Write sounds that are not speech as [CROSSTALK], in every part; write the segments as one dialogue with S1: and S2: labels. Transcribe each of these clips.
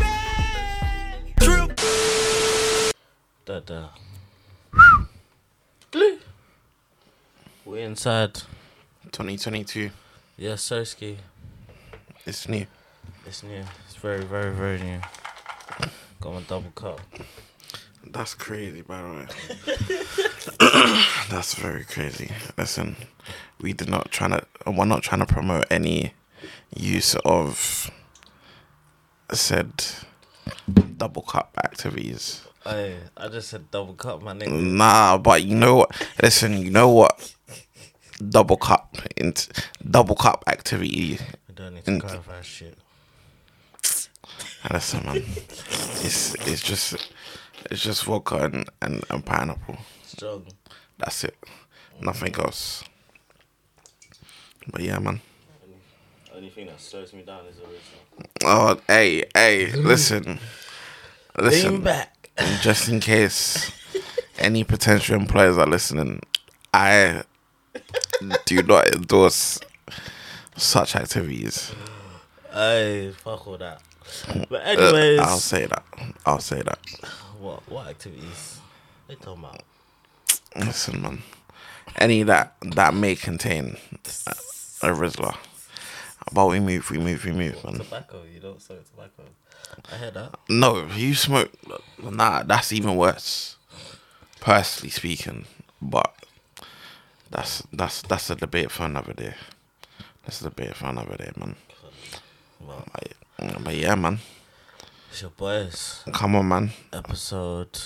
S1: uh, getting sad.
S2: 2022.
S1: Yeah, Soski.
S2: It's new.
S1: It's new. It's very, very, very new. Got my double cup.
S2: That's crazy, by the way. [COUGHS] That's very crazy. Listen, we did not trying to. We're not trying to promote any use of said double cup activities.
S1: Hey, I just said double cup, my nigga.
S2: Nah, but you know what? Listen, you know what? Double cup, int- double cup activity.
S1: We don't
S2: Mm.
S1: need to clarify shit.
S2: Listen, man, it's it's just it's just vodka and, and, and pineapple.
S1: Strong.
S2: That's it. Nothing else. But yeah, man.
S1: Only thing that slows me down is original.
S2: Oh, hey, hey, listen,
S1: Lean
S2: listen.
S1: back.
S2: Just in case any potential employers are listening, I do not endorse such activities.
S1: Hey, fuck all that. But
S2: Uh,
S1: anyways,
S2: I'll say that. I'll say that.
S1: what what activities? They talking about?
S2: Listen, man. Any that that may contain a, a Rizzler. But we move, we move, we move, man.
S1: Tobacco. You don't smoke tobacco. I heard that.
S2: No, you smoke. Nah, that's even worse. Personally speaking, but that's that's that's a debate for another day. That's a debate for another day, man.
S1: Well,
S2: But, but yeah, man.
S1: it's your boys.
S2: Come on, man.
S1: Episode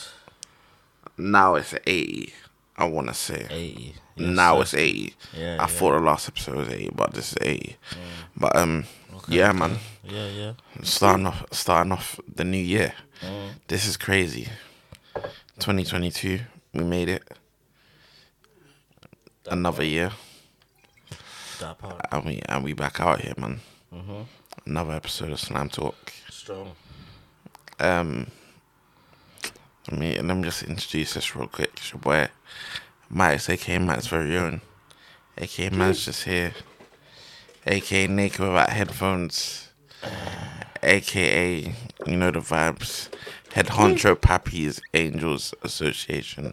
S2: Now it's eighty. I wanna say.
S1: eighty.
S2: now
S1: sir.
S2: it's 80.
S1: Yeah,
S2: I
S1: yeah. Mm.
S2: thought the last episode was 80, but this is 80. But um, yeah, man,
S1: Yeah, yeah.
S2: starting off, starting off the new year.
S1: Mm.
S2: This is crazy. 2022, we made it. Another year,
S1: That part.
S2: and we and we back out here, man.
S1: Mhm.
S2: Another episode of Slam Talk.
S1: Strong.
S2: Um, let me let me just introduce this real quick. It's your boy, Max, aka Max very own, aka Max just here, aka naked without headphones, aka you know the vibes, head honcho Pappy's Angels Association.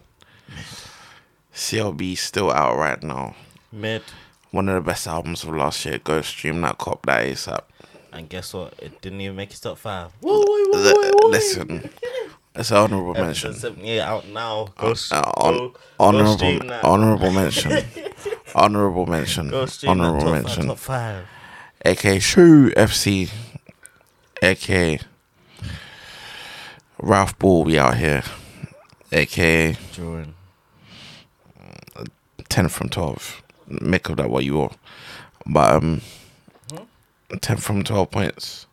S2: CLB still out right now.
S1: Mid.
S2: One of the best albums of last year. Go stream that cop that ASAP.
S1: And guess what? It didn't even make it top five.
S2: The- listen, it's an honorable mention.
S1: Episode 78 out now. Go, s-
S2: Uh,
S1: go,
S2: on,
S1: go
S2: honorable,
S1: stream that.
S2: honorable mention,
S1: [LAUGHS]
S2: honorable mention,
S1: go stream
S2: honorable
S1: that top
S2: mention.
S1: Five, top five.
S2: AK Shrew FC, AK Ralph Ball, we out here. AK
S1: Jordan.
S2: ten from twelve. Make of that what you are, but um,
S1: Mm-hmm.
S2: ten from twelve points.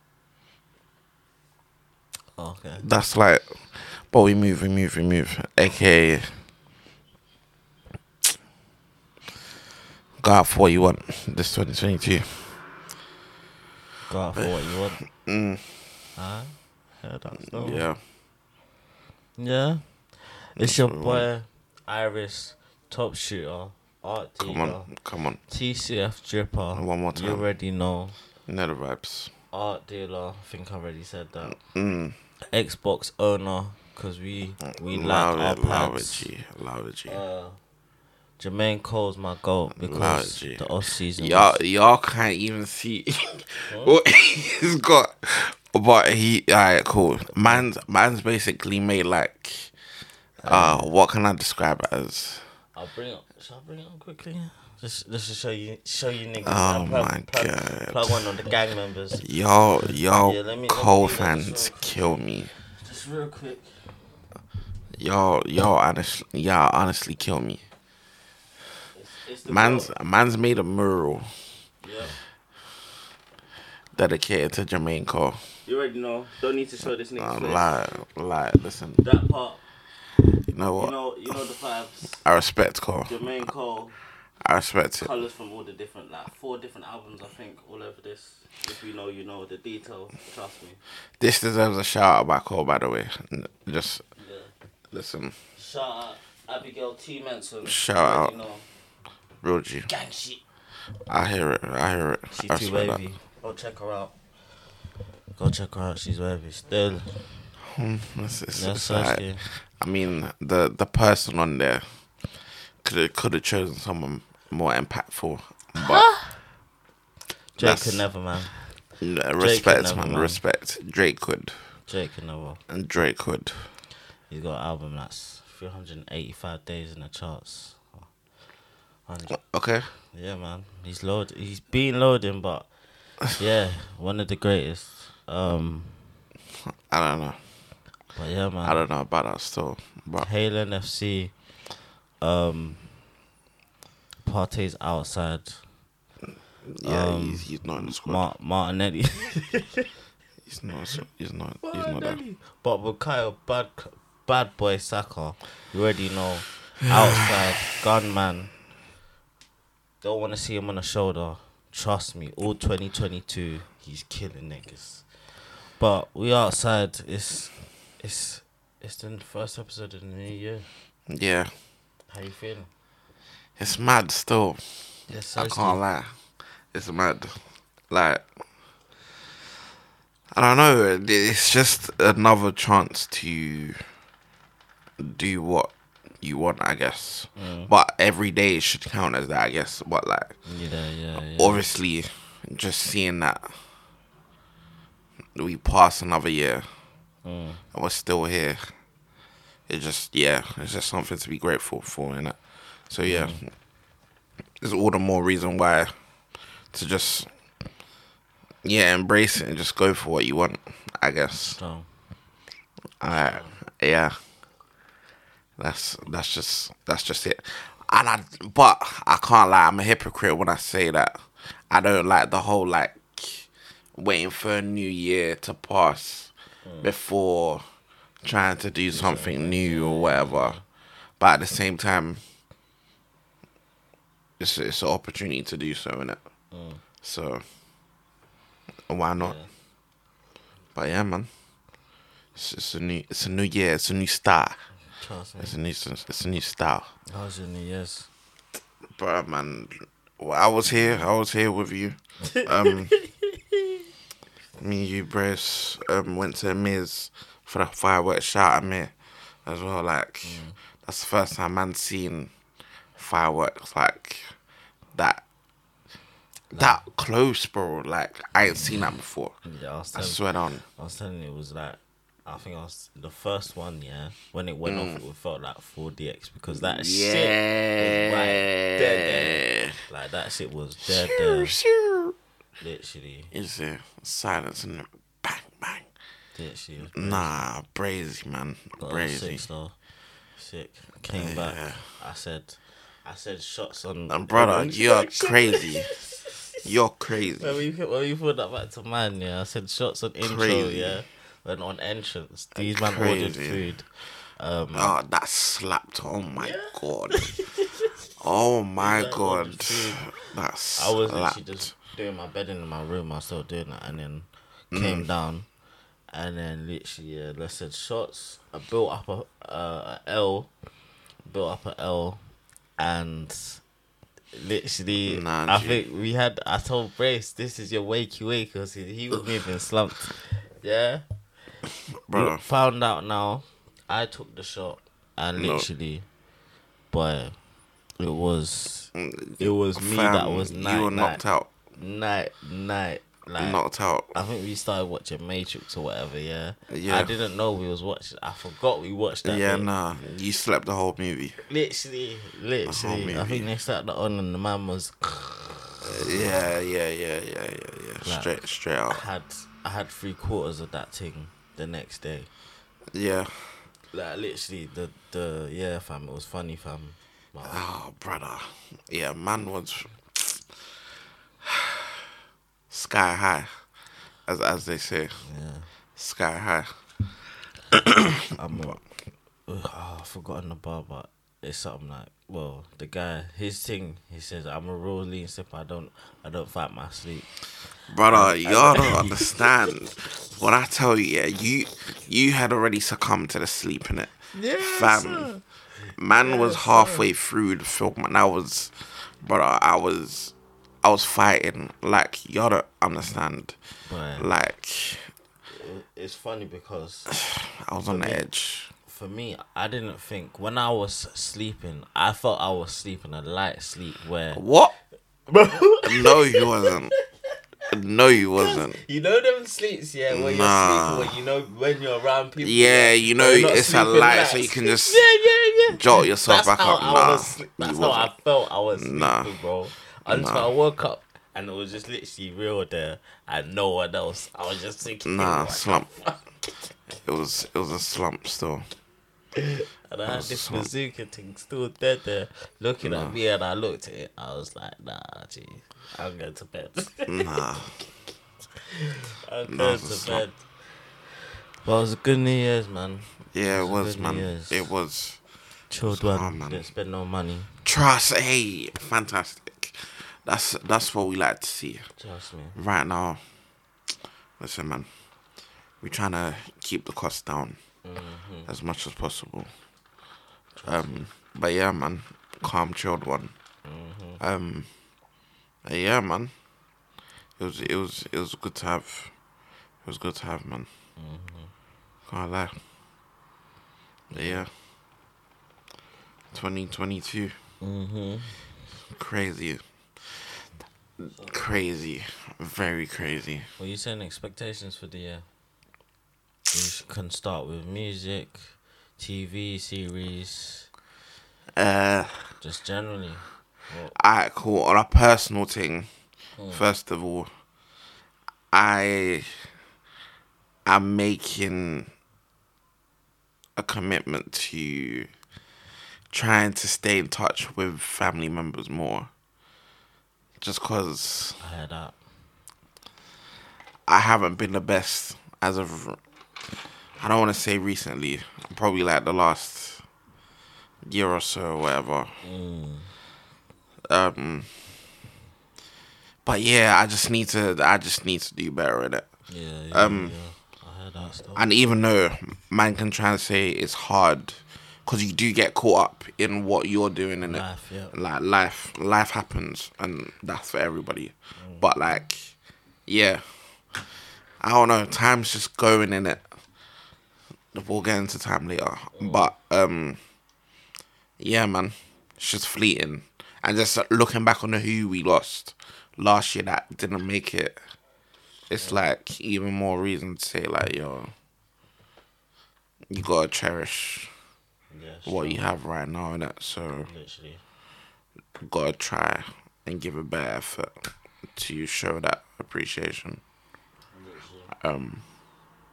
S1: Oh, okay.
S2: That's like, but we move, we move, we move. AK. Go out for what you want this 2022.
S1: Go out for what you want. Huh? Heard that song.
S2: Mm. Yeah.
S1: Yeah. It's your
S2: what we
S1: boy, Iris, top shooter, art
S2: Come
S1: dealer,
S2: on, come on.
S1: TCF dripper.
S2: One more
S1: You
S2: time.
S1: already know.
S2: You know the vibes.
S1: Art dealer. I think I already said that.
S2: Mm.
S1: Xbox owner, because we, we
S2: Love
S1: like
S2: it,
S1: our
S2: love it,
S1: pads.
S2: G, love it, G.
S1: Uh, Jermaine Cole's my goal because
S2: Largely.
S1: the off season.
S2: Y'all, y'all can't even see [LAUGHS] what [LAUGHS] he's got, but he. Alright, cool. Man's, man's basically made like, uh,
S1: Um,
S2: what can I describe it as?
S1: I'll bring it. Shall I bring it on quickly? Just, just to show you, show you niggas.
S2: Oh
S1: Like,
S2: my
S1: plug,
S2: God.
S1: Plug one on the gang members.
S2: [LAUGHS] Y'all, y'all,
S1: Yeah, let me- let me
S2: Cole
S1: do that just real
S2: fans
S1: quick.
S2: kill me.
S1: Just real quick.
S2: Y'all, y'all, honestly, y'all, honestly, kill me.
S1: It's, it's the
S2: Man's,
S1: goal.
S2: man's made a mural
S1: Yeah.
S2: dedicated to Jermaine Cole.
S1: You already know. Don't need to show this nigga.
S2: I'm
S1: face.
S2: lying, lying. Listen,
S1: That part.
S2: you know what?
S1: You know. You know the vibes.
S2: I respect Cole.
S1: Jermaine Cole.
S2: I respect it.
S1: Colors from all the different, like four different albums, I think, all over this. If you know, you know the detail. Trust me.
S2: This deserves a shout out by Cole, by the way. N- Just
S1: Yeah.
S2: listen,
S1: Shout out Abigail T. Manson.
S2: Shout
S1: Already
S2: out.
S1: know.
S2: real G.
S1: Gang shit.
S2: I hear it. I hear it.
S1: She's
S2: I
S1: too
S2: respect that.
S1: wavy. Go check her out. Go check her out. She's wavy. Still,
S2: Hmm, It's, it's,
S1: that's
S2: it's alright.
S1: Sasuke.
S2: I mean, the the person on there could could have chosen someone more impactful. But
S1: Jake
S2: That's-
S1: could never, man.
S2: no,
S1: could
S2: respect,
S1: never,
S2: man,
S1: man.
S2: respect. Drake could,
S1: Jake could never.
S2: and Drake could.
S1: He's got an album that's 385 days in the charts. 100
S2: Okay,
S1: Yeah, man. He's load. He's been loading, but yeah, one of the greatest. Um,
S2: I don't know.
S1: but yeah, man.
S2: I don't know about that still, but
S1: Halen FC. Um, Partey's outside.
S2: yeah,
S1: Um,
S2: he's, he's not in the squad.
S1: Mar- Martinelli. [LAUGHS]
S2: he's not. He's not. He's not there.
S1: Martinelli. But with Kyle, bad, bad boy Saka, you already know. Outside, [SIGHS] gunman. Don't want to see him on the shoulder. Trust me, all 2022, he's killing niggas. But we outside. It's it's it's the first episode of the new year.
S2: Yeah,
S1: How you feeling?
S2: it's mad still.
S1: Yes,
S2: I can't lie. It's mad. Like, I don't know. It's just another chance to do what you want, I guess. But every day should count as that, I guess. But, like,
S1: Yeah, yeah, yeah.
S2: obviously, just seeing that we pass another year and we're still here. It just, yeah, it's just something to be grateful for, innit? So, yeah, it's all the more reason why to just, yeah, embrace it and just go for what you want, I guess.
S1: Strong.
S2: Alright, yeah. That's that's just that's just it. And I but I can't lie, I'm a hypocrite when I say that. I don't like the whole like waiting for a new year to pass before trying to do something new or whatever. But at the same time it's it's an opportunity to do so in it. So why not? But yeah man. It's, it's a new it's a new year, it's a new start.
S1: Trust me.
S2: It's a new it's a new style.
S1: How's your new year's?
S2: But man, well, I was here. I was here with you. Um, me, and you, Brace, um, went to Miz for the fireworks shout at me as well. Like that's the first time man seen fireworks like that. That close, bro. Like I ain't seen that before.
S1: Yeah, I was
S2: I
S1: telling-
S2: swear on.
S1: I was telling you, it was like, I think I was the first one, yeah. When it went
S2: Mm.
S1: off, it felt like 4DX because that shit was right there,
S2: Yeah.
S1: there. Like, that shit was dead
S2: Shoo,
S1: there.
S2: shoo.
S1: Literally.
S2: Is there silence and bang bang?
S1: Literally. it was
S2: Mm, Nah, brazy man,
S1: Got a
S2: brazy.
S1: six, though. Sick. Came back. I said, I said shots on.
S2: And brother, you're crazy. You're
S1: When
S2: crazy.
S1: we, when we put that back to man, yeah, I said shots on intro,
S2: Crazy.
S1: yeah. When on entrance, these man ordered
S2: Crazy.
S1: food.
S2: Oh, that slapped. Oh my god. Oh my god. That
S1: I was
S2: slapped.
S1: literally just doing my bedding in my room. I was still doing that, and then
S2: Mm.
S1: came down, and then literally, yeah, let's said shots. I built up a, uh, a L, built up a L, and literally,
S2: Nah,
S1: I
S2: G.
S1: think we had. I told Brace, "This is your wakey wake," because he, he was
S2: [SIGHS]
S1: moving slumped.
S2: [CLEARS THROAT]
S1: Yeah,
S2: brother.
S1: found out now. I took the shot, and
S2: No.
S1: literally, boy, it was. It was me that
S2: mm, fam,
S1: was night,
S2: You were knocked
S1: night
S2: out.
S1: night, night. Like
S2: Knocked out.
S1: I think we started watching Matrix or whatever. Yeah.
S2: Yeah.
S1: I didn't know we was watching. I forgot we watched that.
S2: Yeah,
S1: bit.
S2: nah. You slept the whole movie.
S1: Literally, literally. I
S2: movie.
S1: think they started that on and the man was Uh.
S2: Yeah, yeah, yeah, yeah, yeah, yeah.
S1: Like-
S2: Straight, straight out.
S1: had. I had three quarters of that thing the next day.
S2: Yeah.
S1: Like literally, the the yeah, fam. It was funny, fam. Like,
S2: Oh, brother. Yeah, man was sky high, as as they say.
S1: yeah.
S2: Sky high.
S1: I'm not. Ugh, oh, I've forgotten the bar, but it's something like, well, the guy, his thing, he says, "I'm a real lean sipper. I don't, I don't fight my sleep."
S2: Brother, y'all don't understand. When I tell you, yeah, you you had already succumbed to the sleep in it.
S1: Yeah, sir.
S2: Man was halfway through the film and I was brother, I was I was fighting. Like, y'all don't understand.
S1: But
S2: Like
S1: it's funny because
S2: I was on the edge.
S1: for me, I didn't think when I was sleeping, I felt I was sleeping a light sleep
S2: [LAUGHS]
S1: where
S2: What? no, you wasn't. No, you wasn't.
S1: you know them sleeps, yeah, where
S2: Nah.
S1: you're sleeping, when you know when you're around people.
S2: Yeah, you know
S1: you're not
S2: it's a
S1: sleeping
S2: light, so
S1: nights.
S2: you can
S1: [LAUGHS]
S2: just
S1: yeah, yeah, yeah.
S2: jolt yourself
S1: That's
S2: back
S1: how
S2: up.
S1: I
S2: Nah,
S1: was. sle-
S2: you
S1: That's how I
S2: wasn't.
S1: felt. I was sleeping,
S2: Nah.
S1: bro. Until
S2: Nah.
S1: I woke up and it was just literally real there and no one else. I was just thinking,
S2: Nah,
S1: "What?"
S2: slump. It was it was a slump still.
S1: And I had
S2: was
S1: this
S2: smart.
S1: bazooka thing still dead there, looking
S2: Nah.
S1: at me, and I looked at it. I was like, nah, gee, I'm going to bed. [LAUGHS]
S2: Nah.
S1: I'm
S2: Nah,
S1: going
S2: it's
S1: to
S2: not.
S1: bed. Well, it was a good New Year's, man.
S2: Yeah, it was
S1: good
S2: man.
S1: years.
S2: It was
S1: Chilled
S2: It's
S1: one.
S2: hard, man.
S1: Didn't spend no money.
S2: trust. Hey, fantastic. That's that's what we like to see
S1: Trust me.
S2: right now. Listen, man. We're trying to keep the cost down as much as possible. Um, but yeah, man. Calm, chilled one. Um, but yeah, man. It was it was it was good to have. It was good to have, man. Can't lie. But yeah. 2022.
S1: Mm-hmm.
S2: Crazy. Crazy. Very crazy.
S1: What are you saying? Expectations for the year? You s- can start with music, TV, series,
S2: Uh,
S1: just generally.
S2: alright, cool. On a personal thing, first of all, I am making a commitment to trying to stay in touch with family members more. Just because
S1: I heard that.
S2: I haven't been the best as of. I don't want to say recently. Probably like the last year or so, or whatever.
S1: Mm.
S2: Um. But yeah, I just need to. I just need to do better in it.
S1: Yeah, yeah,
S2: Um,
S1: yeah. I heard that stuff.
S2: And even though man can try and say it's hard, because you do get caught up in what you're doing in it.
S1: Life, yeah.
S2: Like life, life happens, and that's for everybody. But like, yeah, I don't know. Time's just going in it. We'll get into time later, but um, yeah, man, it's just fleeting. And just uh, looking back on who we lost last year that didn't make it, it's like even more reason to say like, yo, you gotta cherish
S1: Yeah,
S2: what you have right now, innit? So
S1: Literally.
S2: gotta try and give a better effort to show that appreciation. Um,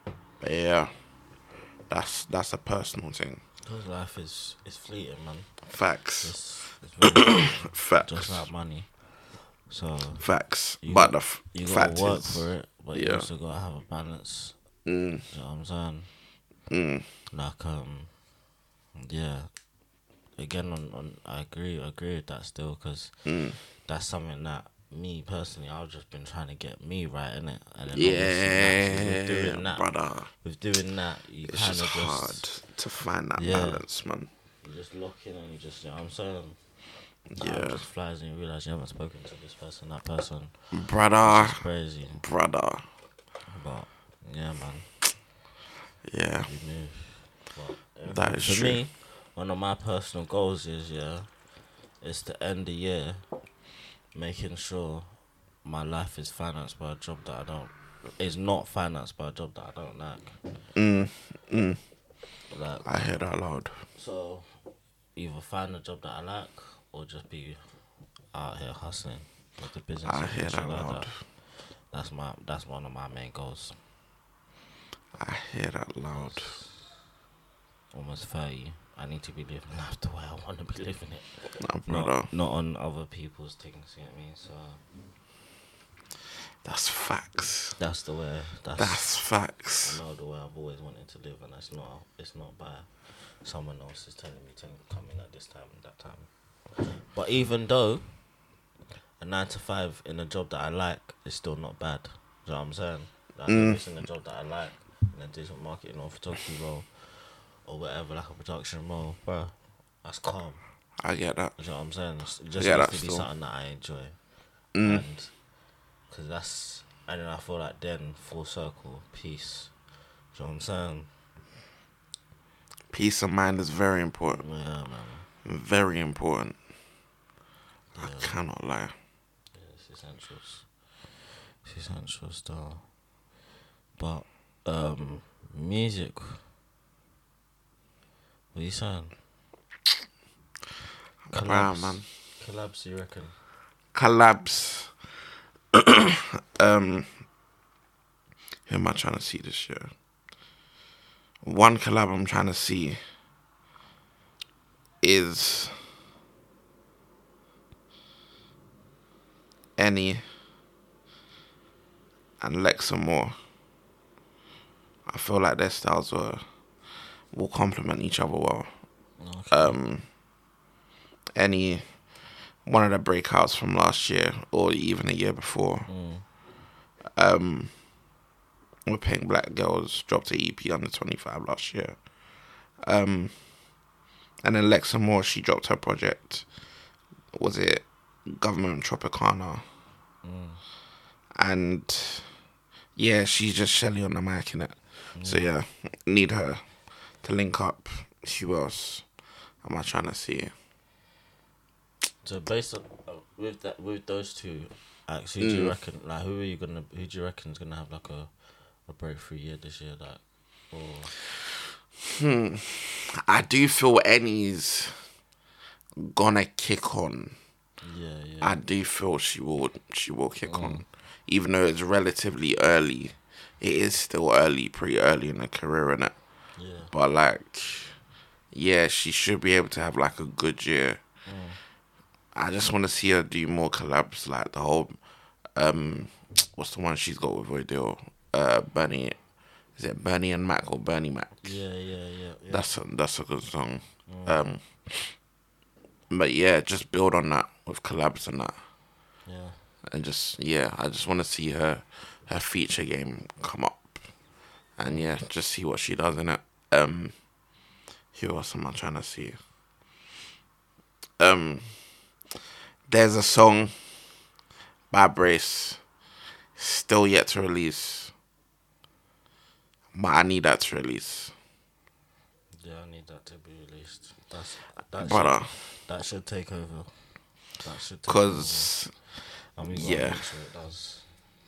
S2: but yeah, that's that's a personal thing.
S1: Because life is, is fleeting, man.
S2: Facts,
S1: It's, it's
S2: [COUGHS]
S1: very,
S2: facts,
S1: just like money. So
S2: facts.
S1: You
S2: but
S1: got-
S2: the f-
S1: you
S2: fact
S1: gotta work
S2: is,
S1: for it, but you
S2: yeah.
S1: also gotta have a balance.
S2: Mm,
S1: You know what I'm saying?
S2: mm,
S1: Like um, yeah. Again, on, on I agree, I agree with that still, cause
S2: mm.
S1: that's something that me personally, I've just been trying to get me right in it, and then obviously naturally
S2: yeah,
S1: with doing that,
S2: brother.
S1: with doing that, you
S2: It's
S1: kind
S2: just
S1: of
S2: hard
S1: just
S2: to find that
S1: Yeah.
S2: balance, man.
S1: you just lock in and you just, you know what I'm saying? Time
S2: Yeah,
S1: just flies and you realize you haven't spoken to this person, that person.
S2: brother,
S1: It's crazy,
S2: brother.
S1: but yeah, man.
S2: Yeah,
S1: we move. But
S2: That
S1: everything-
S2: is
S1: for
S2: true.
S1: me, one of my personal goals is yeah, it's to end the year making sure my life is financed by a job that I don't is not financed by a job that I don't like.
S2: mm, mm.
S1: Like
S2: I hear that loud.
S1: so either find a job that I like or just be out here hustling with the business.
S2: I
S1: and
S2: hear
S1: shit
S2: that
S1: like
S2: loud.
S1: That's my that's one of my main goals.
S2: I hear that loud.
S1: Almost thirty. I need to be living [LAUGHS] life the way I want to be living it.
S2: Nah, brother.
S1: not, not on other people's things, you know what I mean? So
S2: That's facts.
S1: that's the way that's,
S2: That's
S1: I
S2: facts.
S1: know the way I've always wanted to live and it's not it's not by someone else is telling me to come in at this time and that time. But even though a nine to five in a job that I like is still not bad. Do you know what I'm saying? Like
S2: Mm.
S1: if it's in a job that I like in a digital marketing or photography role or whatever, like a production role, bruh, that's calm.
S2: I get that.
S1: Do you know what I'm saying? It's- It just
S2: Yeah,
S1: needs
S2: that's
S1: to be
S2: cool.
S1: something that I enjoy.
S2: Mm.
S1: And because that's, and then I feel like then full circle, peace. Do you know what I'm saying?
S2: Peace of mind is very important.
S1: Yeah, man.
S2: Very important. I cannot lie.
S1: Yeah, it's essentials. It's essentials, though. But um, music. What you saying?
S2: Wow, man.
S1: Collabs, you reckon?
S2: Collabs. [COUGHS] um, who am I trying to see this year? One collab I'm trying to see is Any and Lexa Moore. I feel like their styles were, will complement each other well.
S1: Okay.
S2: um, any one of the breakouts from last year or even the year before.
S1: Mm.
S2: Um, with Pink Black Girls dropped a EP under 25 last year. Um, and then Lexa Moore, she dropped her project. Was it Government Tropicana?
S1: Mm.
S2: And yeah, she's just Shelly on the mic in it.
S1: Mm.
S2: So yeah, need her to link up. Who else am I trying to see?
S1: So based on uh, with that with those two, acts, who do
S2: Mm.
S1: you reckon? Like, who are you gonna? Who do you reckon's gonna have like a, a breakthrough year this year? Like, or
S2: I do feel any's gonna kick on.
S1: yeah, yeah.
S2: I do feel she will she will kick on. Even though it's relatively early. It is still early, pretty early in her career in it.
S1: Yeah.
S2: But like yeah, she should be able to have like a good year. I just wanna see her do more collabs, like the whole um what's the one she's got with Odell? Uh Bernie is it Bernie and Mac or Bernie Mac?
S1: Yeah, yeah, yeah, yeah.
S2: That's a, that's a good song. Um, but yeah, just build on that with collabs and that,
S1: yeah.
S2: and just yeah, I just want to see her her feature game come up, and yeah, just see what she does in it. Um, who else am I trying to see? Um, there's a song by Brace, still yet to release, but I need that to release.
S1: Yeah, I need that to be released. That's that should,
S2: Brother,
S1: that should take over. That should take
S2: cause
S1: over. And we
S2: yeah.
S1: yeah. Make sure it does.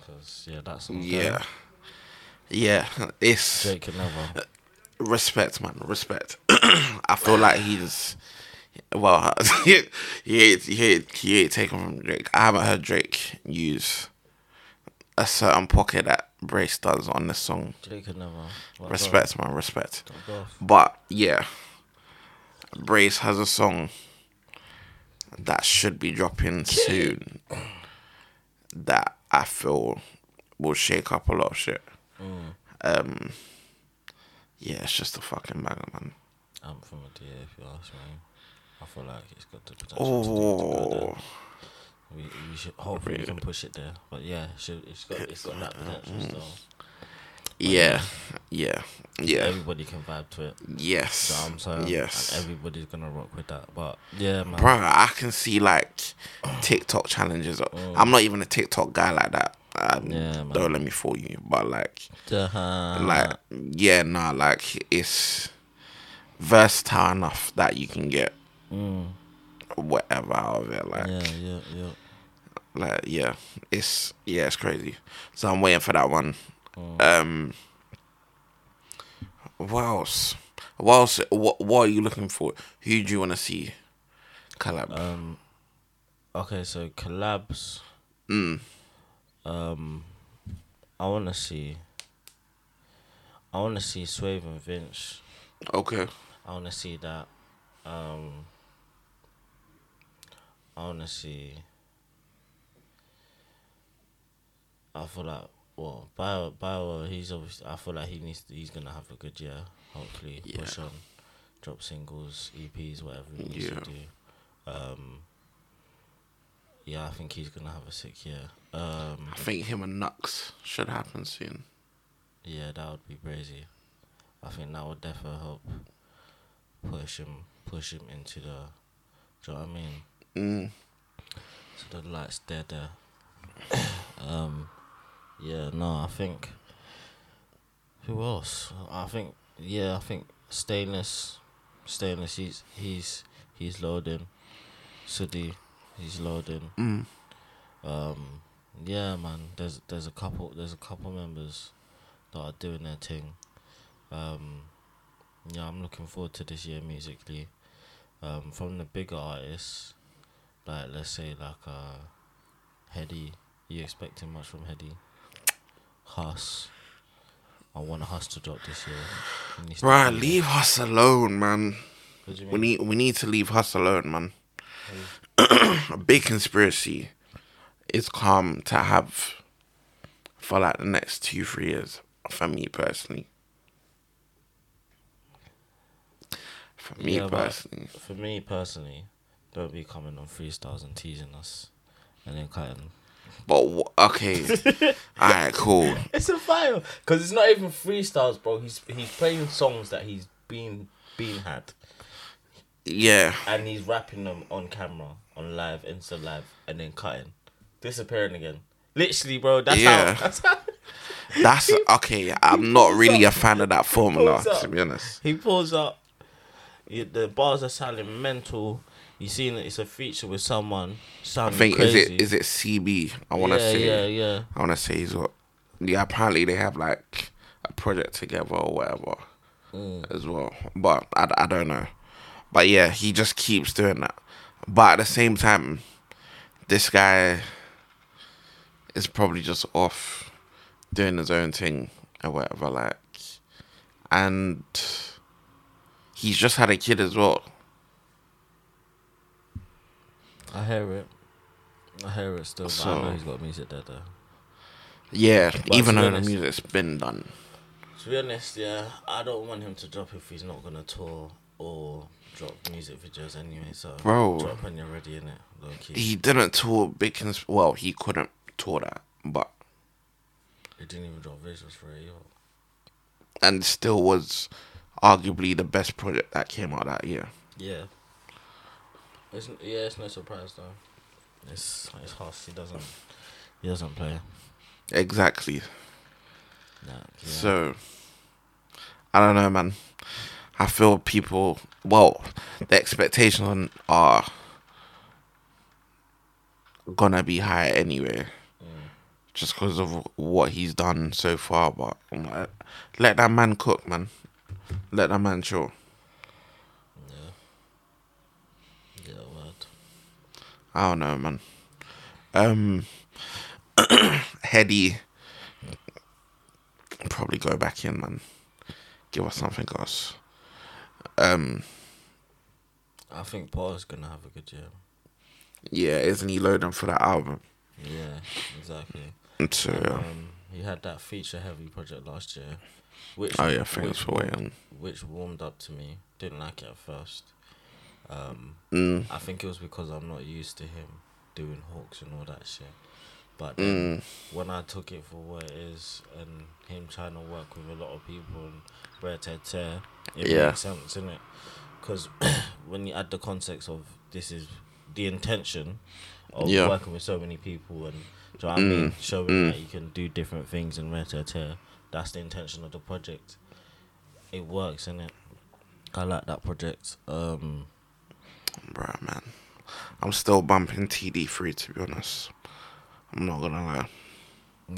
S1: Cause yeah, that's something
S2: yeah, yeah, it's
S1: Jake can never.
S2: respect, man, respect. [CLEARS THROAT] I feel like he's well, [LAUGHS] he ain't, he ain't, he ain't taken from Drake. I haven't heard Drake use a certain pocket that Brace does on this song.
S1: Jake can never. Well,
S2: Respect, man, respect.
S1: Go, go.
S2: But yeah, Brace has a song that should be dropping soon that I feel will shake up a lot of shit.
S1: Mm.
S2: Um, yeah, it's just a fucking banger, man.
S1: I'm from a DA, if you ask me. I feel like it's got the potential. to, to go
S2: Oh,
S1: there. We, we should hopefully we can push it there. But yeah, it should, it's got it's got that potential. So
S2: yeah, yeah, yeah,
S1: everybody can vibe to it. So
S2: yes,
S1: I'm saying,
S2: yes.
S1: and everybody's gonna rock with that. But yeah, man.
S2: Bro, I can see like TikTok challenges. I'm not even a TikTok guy like that. Um,
S1: Mm. Yeah, man.
S2: don't let me fool you, but like,
S1: Uh-huh.
S2: like, yeah, nah, like it's versatile enough that you can get
S1: Mm.
S2: whatever out of it. Like,
S1: Yeah, yeah, yeah.
S2: like yeah, it's yeah, it's crazy. So I'm waiting for that one.
S1: Mm.
S2: Um, what else? What else? What, what are you looking for? Who do you want to see collab?
S1: Um. Okay, so collabs.
S2: mm,
S1: Um. I wanna see. I wanna see Swave and Vince.
S2: okay.
S1: I wanna see that. Um. I wanna see. I feel like well, Bio Bio. He's obviously. I feel like he needs. To, he's gonna have a good year. Hopefully,
S2: Yeah.
S1: push on, drop singles, EPs, whatever he needs
S2: Yeah.
S1: to do. Um. Yeah, I think he's gonna have a sick year. Um.
S2: I think him and Nux should happen soon.
S1: Yeah, that would be crazy. I think that would definitely help push him push him into the do you know what I mean?
S2: Mm.
S1: So the lights dead there. [COUGHS] um yeah, no, I think who else? I think yeah, I think stainless Stainless, he's he's he's loading. Sudi, he's loading.
S2: Mm.
S1: Um, yeah, man. There's there's a couple there's a couple members that are doing their thing. Um, yeah, I'm looking forward to this year musically. Um, from the bigger artists, like let's say like uh, Heady. You expecting much from Heady? Huss. I want Huss to drop this year. He needs to
S2: Right,
S1: do it.
S2: leave us alone, man.
S1: What do you
S2: We
S1: mean?
S2: need we need to leave Huss alone, man. [CLEARS THROAT] a big conspiracy is calm to have for like the next two, three years. For me personally. For me
S1: Yeah, but-
S2: personally.
S1: For me personally, don't be coming on freestyles and teasing us, and then cutting.
S2: But,
S1: [LAUGHS]
S2: wh- okay. Alright, cool.
S1: It's a fire because it's not even freestyles, bro. He's he's playing songs that he's been been had,
S2: Yeah.
S1: and he's rapping them on camera, on live, Insta live, and then cutting, disappearing again. Literally, bro. That's
S2: Yeah.
S1: how. That's how. [LAUGHS]
S2: That's okay. I'm not really a fan of that formula,
S1: Pulls up.
S2: to be honest.
S1: He pulls up. y- The bars are sounding mental. You seen it? It's a feature with someone
S2: I
S1: sounding
S2: think
S1: crazy.
S2: is it is it CB? I want to
S1: yeah,
S2: say.
S1: yeah, yeah.
S2: I want to say he's got. Yeah, apparently they have like a project together or whatever
S1: Mm.
S2: as well. But I, I don't know. But yeah, he just keeps doing that. But at the same time, this guy is probably just off doing his own thing or whatever. Like, and he's just had a kid as well.
S1: I hear it. I hear it still, but I
S2: So-
S1: know he's got music there though.
S2: Yeah,
S1: to
S2: even
S1: be
S2: though the
S1: honest-
S2: music's been done.
S1: To be honest, yeah, I don't want him to drop if he's not gonna tour or drop music videos anyway. So
S2: Bro.
S1: drop when you're ready in it, low key. He,
S2: He didn't tour big. Cons- well, he couldn't tour that, but
S1: didn't even drop visuals for it. Either.
S2: and still was arguably the best project that came out that year.
S1: Yeah. It's n- yeah, it's no surprise though. It's it's harsh. He doesn't he doesn't play.
S2: Exactly.
S1: Nah, yeah.
S2: So I don't know, man. I feel people. Well, the expectations are gonna be high anyway, just because of what he's done so far. But I'm like, let that man cook, man. Let that man chill.
S1: yeah, word.
S2: I don't know, man. Um, [CLEARS THROAT] heady. Probably go back in, man. Give us something else. Um,
S1: I think Paul's gonna have a good year.
S2: yeah, isn't he loading for that album?
S1: Yeah, exactly.
S2: And So yeah.
S1: Um, he had that feature heavy project last year, which
S2: Oh yeah, thanks
S1: which
S2: for waiting.
S1: which warmed up to me. Didn't like it at first. Um,
S2: Mm,
S1: I think it was because I'm not used to him doing hooks and all that shit. But then
S2: mm,
S1: when I took it for what it is and him trying to work with a lot of people and rare tear tear, it
S2: Yeah.
S1: makes sense, innit? Because [CLEARS THROAT] when you add the context of this is the intention of
S2: Yeah. Mm.
S1: working with so many people and do you know what I mean? showing that you can do different things and rare tear tear, that's the intention of the project. It works, innit? I like that project. Um,
S2: bro, man. I'm still bumping TD three to be honest. I'm not gonna lie.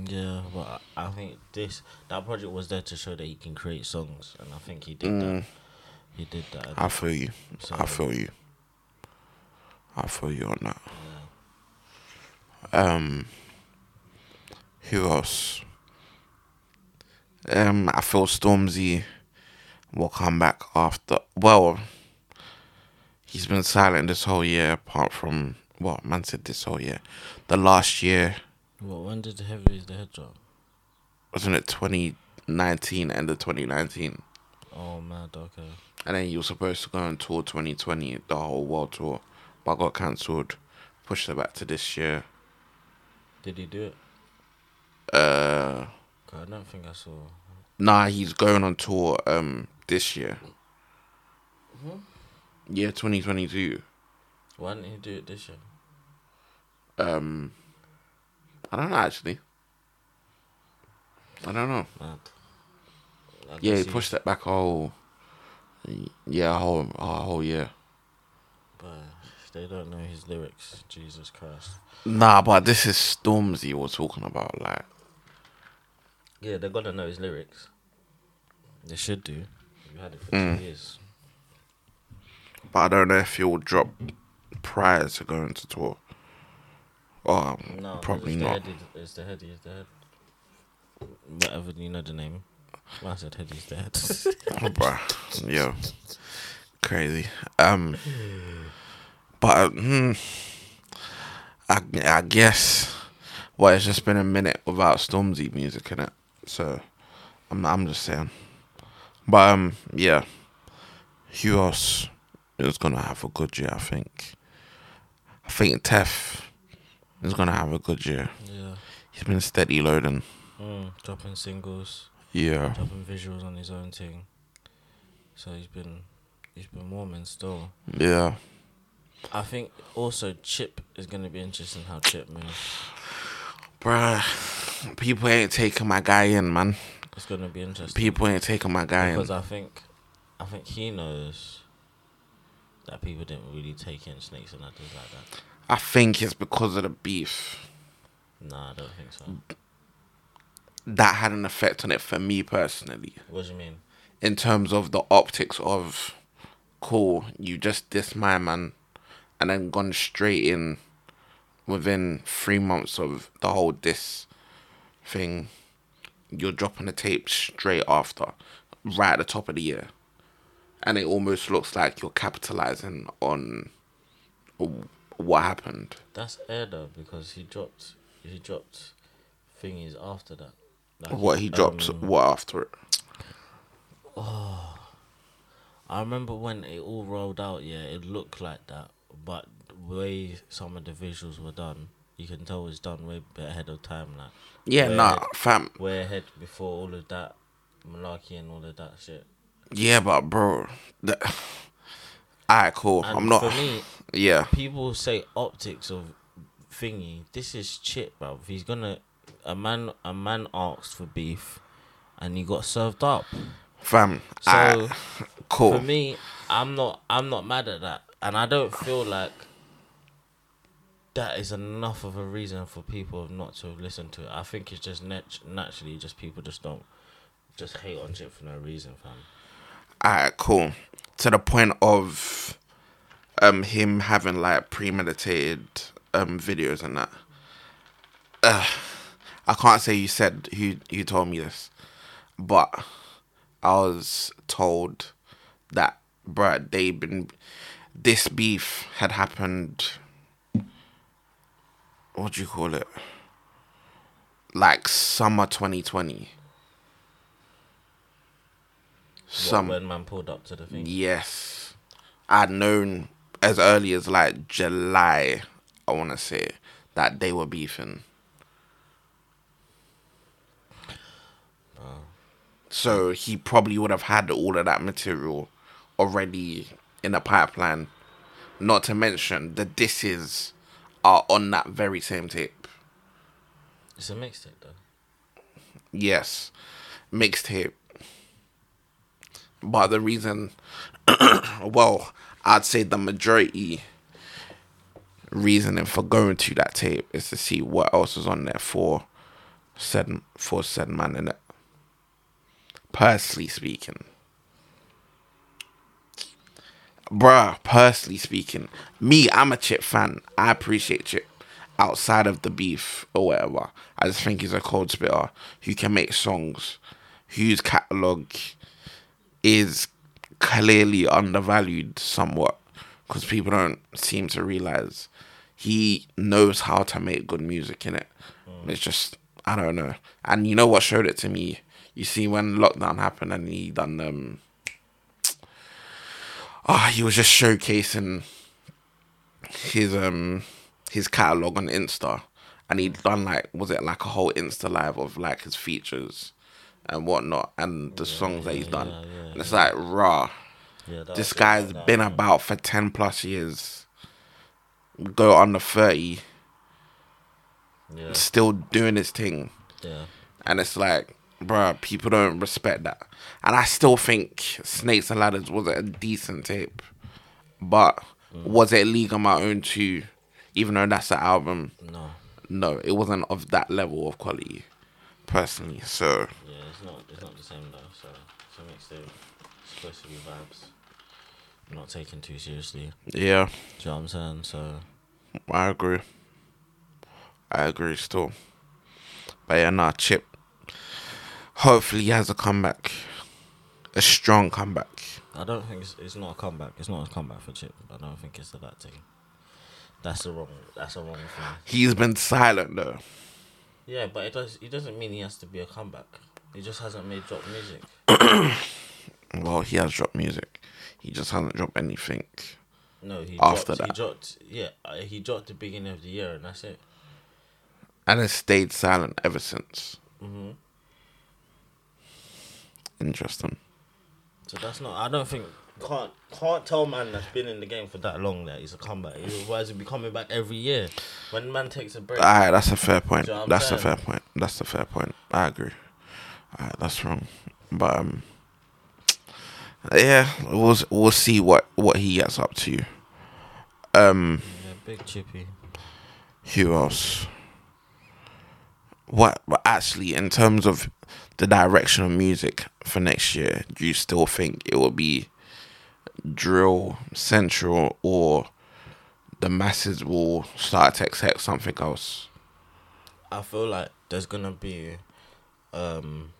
S1: Yeah, but I I think this that project was there to show that he can create songs, and I think he did that.
S2: Mm,
S1: He did that.
S2: I feel you.
S1: so,
S2: I feel you. I feel you on that. Um, who else? Um, I feel Stormzy will come back after. Well, he's been silent this whole year, apart from well, man said this whole year. The last year
S1: Well, when did the heavy is the head drop?
S2: wasn't it twenty nineteen, end of twenty nineteen,
S1: Oh mad, okay.
S2: and then he was supposed to go on tour twenty twenty, the whole world tour, but got cancelled, pushed it back to this year.
S1: Did he do it?
S2: Uh.
S1: 'Cause I don't think I saw.
S2: Nah, he's going on tour um this year. Yeah, twenty twenty two.
S1: Why didn't he do it this year?
S2: Um, I don't know actually. I don't know.
S1: Mad. I
S2: Yeah,
S1: guess
S2: he pushed that back a whole Yeah, a whole a whole year.
S1: But they don't know his lyrics. Jesus Christ.
S2: Nah, but this is Stormzy we're talking about. Like,
S1: Yeah, they're gonna know his lyrics. They should do. You had it for
S2: Mm.
S1: two years.
S2: but I don't know if he'll drop prior to going to tour. Um,
S1: No,
S2: probably
S1: it's
S2: not.
S1: The head, it's the head. It's the head. Whatever you know the name. I said head. He's the
S2: [LAUGHS]
S1: head.
S2: Oh, bruh. Yeah. Crazy. Um, but hmm, I, I guess, well, it's just been a minute without Stormzy music in it. So I'm, I'm just saying. But um, yeah. Who else is going to have a good year, I think? I think Tef is going to have a good year.
S1: yeah.
S2: He's been steady loading.
S1: Mm, dropping singles,
S2: Yeah.
S1: dropping visuals on his own thing. So he's been, he's been warming still.
S2: Yeah.
S1: I think also Chip is gonna be interesting how Chip moves.
S2: Bruh, people ain't taking my guy in, man.
S1: It's gonna be interesting.
S2: People ain't taking my guy in.
S1: Because I think, I think he knows that people didn't really take in snakes and others like that.
S2: I think it's because of the beef
S1: Nah, I don't think so.
S2: that had an effect on it for me personally,
S1: What do you mean?
S2: in terms of the optics of, cool, you just diss my man, and then gone straight in within three months of the whole diss thing. You're dropping the tape straight after, right at the top of the year. And it almost looks like you're capitalizing on w- what happened.
S1: That's air though, because he dropped, he dropped thingies after that. Like,
S2: What he dropped,
S1: um,
S2: what after it?
S1: I remember when it all rolled out. Yeah, it looked like that, but the way some of the visuals were done, you can tell it's done way bit ahead of time. Like
S2: Yeah,
S1: way
S2: nah,
S1: ahead-
S2: fam.
S1: way ahead before all of that malarkey and all of that shit.
S2: Yeah, but bro, the... [SIGHS] alright, cool.
S1: And
S2: I'm not.
S1: For me,
S2: yeah,
S1: people say optics of thingy. This is chip, bro. He's gonna a man a man asked for beef, and he got served up.
S2: fam.
S1: So
S2: alright, cool.
S1: for me, I'm not I'm not mad at that, and I don't feel like that is enough of a reason for people not to listen to it. I think it's just nat- naturally just people just don't just hate on chip for no reason, fam.
S2: Alright, cool. To the point of um him having like premeditated um videos and that. Uh, I can't say you said who who told me this, but I was told that bruh they been this beef had happened. What do you call it? Like summer twenty twenty. Some
S1: when man pulled up to the thing.
S2: Yes. I'd known as early as like July, I want to say, that they were beefing. So he probably would have had all of that material already in the pipeline. Not to mention the disses are uh, on that very same tape.
S1: It's a mixtape though.
S2: Yes, mixtape. But the reason, [CLEARS THROAT] well, I'd say the majority reasoning for going to that tape is to see what else is on there for said for said man in it. Personally speaking, bruh. Personally speaking, me, I'm a Chip fan. I appreciate Chip. Outside of the beef or whatever, I just think he's a cold spitter who can make songs, whose catalog is clearly undervalued somewhat because people don't seem to realize he knows how to make good music in it. It's just I don't know. And you know what showed it to me? You see when lockdown happened and he done um ah he was just showcasing his um his catalog on Insta and he'd done like was it like a whole Insta live of like his features and whatnot and the songs that he's
S1: yeah,
S2: done.
S1: yeah,
S2: and it's like raw.
S1: Yeah, that
S2: This
S1: was it,
S2: guy's
S1: that-
S2: been about for ten plus years. Go under thirty,
S1: Yeah,
S2: still doing his thing,
S1: yeah.
S2: and it's like, bruh, people don't respect that. And I still think Snakes and Ladders was a decent tape, but was it League on My Own too? Even though that's the album,
S1: No.
S2: no, it wasn't of that level of quality, personally. So
S1: Yeah, it's not it's not the same though. So it's a mixtape. It's supposed to be vibes. I'm not taken too seriously.
S2: yeah,
S1: Do you know what I'm saying? So
S2: I agree. I agree still. But yeah, nah, Chip. Hopefully he has a comeback, a strong comeback.
S1: I don't think it's, it's not a comeback. It's not a comeback for Chip. I don't think it's a that thing. That's the wrong. That's a wrong thing.
S2: He's been silent though.
S1: Yeah, but it does. It doesn't mean he has to be a comeback. He just hasn't made drop music.
S2: Well, he has dropped music. He just hasn't dropped anything.
S1: No, he
S2: After
S1: dropped,
S2: that.
S1: he dropped. Yeah, uh, he dropped the beginning of the year, and that's it.
S2: And has stayed silent ever since.
S1: hmm
S2: Interesting.
S1: So that's not. I don't think can't can't tell man that's been in the game for that long that he's a comeback. Otherwise, he'd be coming back every year. When man takes a break,
S2: Alright, that's a fair point.
S1: Do you know what I'm
S2: That's a
S1: saying?
S2: fair point. That's a fair point. I agree. Alright, that's wrong. But um Yeah, we'll we'll see what, what he gets up to. Um
S1: yeah, big chippy.
S2: who else? What but actually in terms of the direction of music for next year, do you still think it will be drill central or the masses will start to accept something else?
S1: I feel like there's gonna be um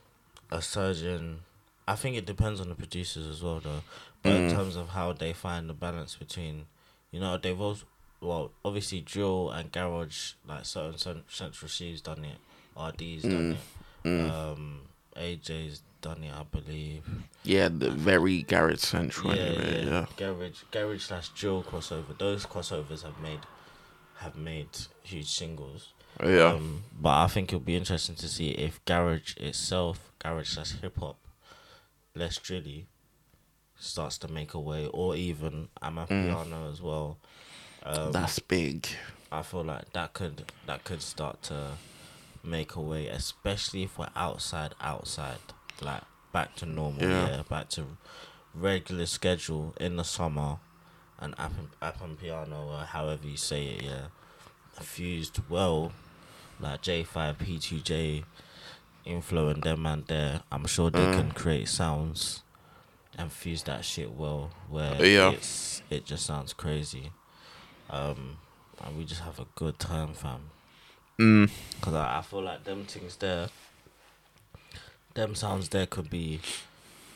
S1: a surge in I think it depends on the producers as well though. But in terms of how they find the balance between you know, they've also well, obviously drill and garage, like certain cen- central she's done it, RD's done it, um AJ's done it I believe.
S2: Yeah, the very Garrett Central.
S1: Yeah,
S2: area,
S1: yeah,
S2: yeah.
S1: Garage garage slash drill crossover. Those crossovers have made have made huge singles.
S2: Yeah.
S1: Um, but I think it'll be interesting to see if garage itself, garage slash hip hop, less drilly, starts to make a way, or even Amapiano as well. Um,
S2: That's big.
S1: I feel like that could that could start to make a way, especially if we're outside, outside, like back to normal,
S2: Yeah.
S1: yeah, back to regular schedule in the summer, and app and, app and piano or however you say it, yeah, fused well, like J five P two J, inflow and them man there. I'm sure they can
S2: Mm.
S1: create sounds. And fuse that shit well, where
S2: Uh, Yeah.
S1: it's it just sounds crazy. Um, and we just have a good time, fam.
S2: Mm.
S1: Cause I, I feel like them things there, them sounds there could be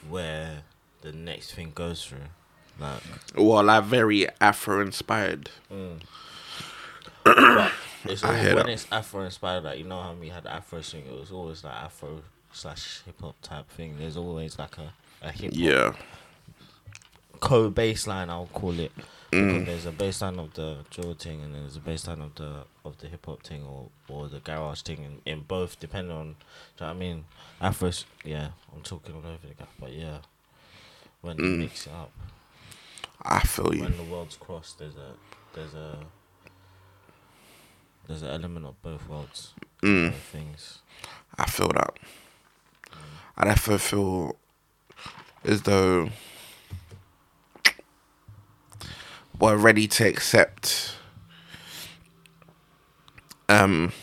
S1: where the next thing goes through. Like,
S2: Well, like very Afro inspired.
S1: but it's
S2: I
S1: all,
S2: hear
S1: when
S2: that.
S1: it's Afro inspired. Like you know how we had Afro sing, it was always like Afro slash hip hop type thing. There's always like a a hip hop
S2: Yeah.
S1: co baseline I'll call it.
S2: Mm.
S1: Because there's a baseline of the drill thing and there's a baseline of the of the hip hop thing or, or the garage thing in, in both depending on do you know what I mean? Afro yeah, I'm talking all over the gap, but yeah. When you
S2: Mm.
S1: mix it up.
S2: I feel you.
S1: When the worlds cross there's a there's a there's an element of both worlds.
S2: Mm.
S1: both things.
S2: I feel that. I definitely feel as though we're ready to accept um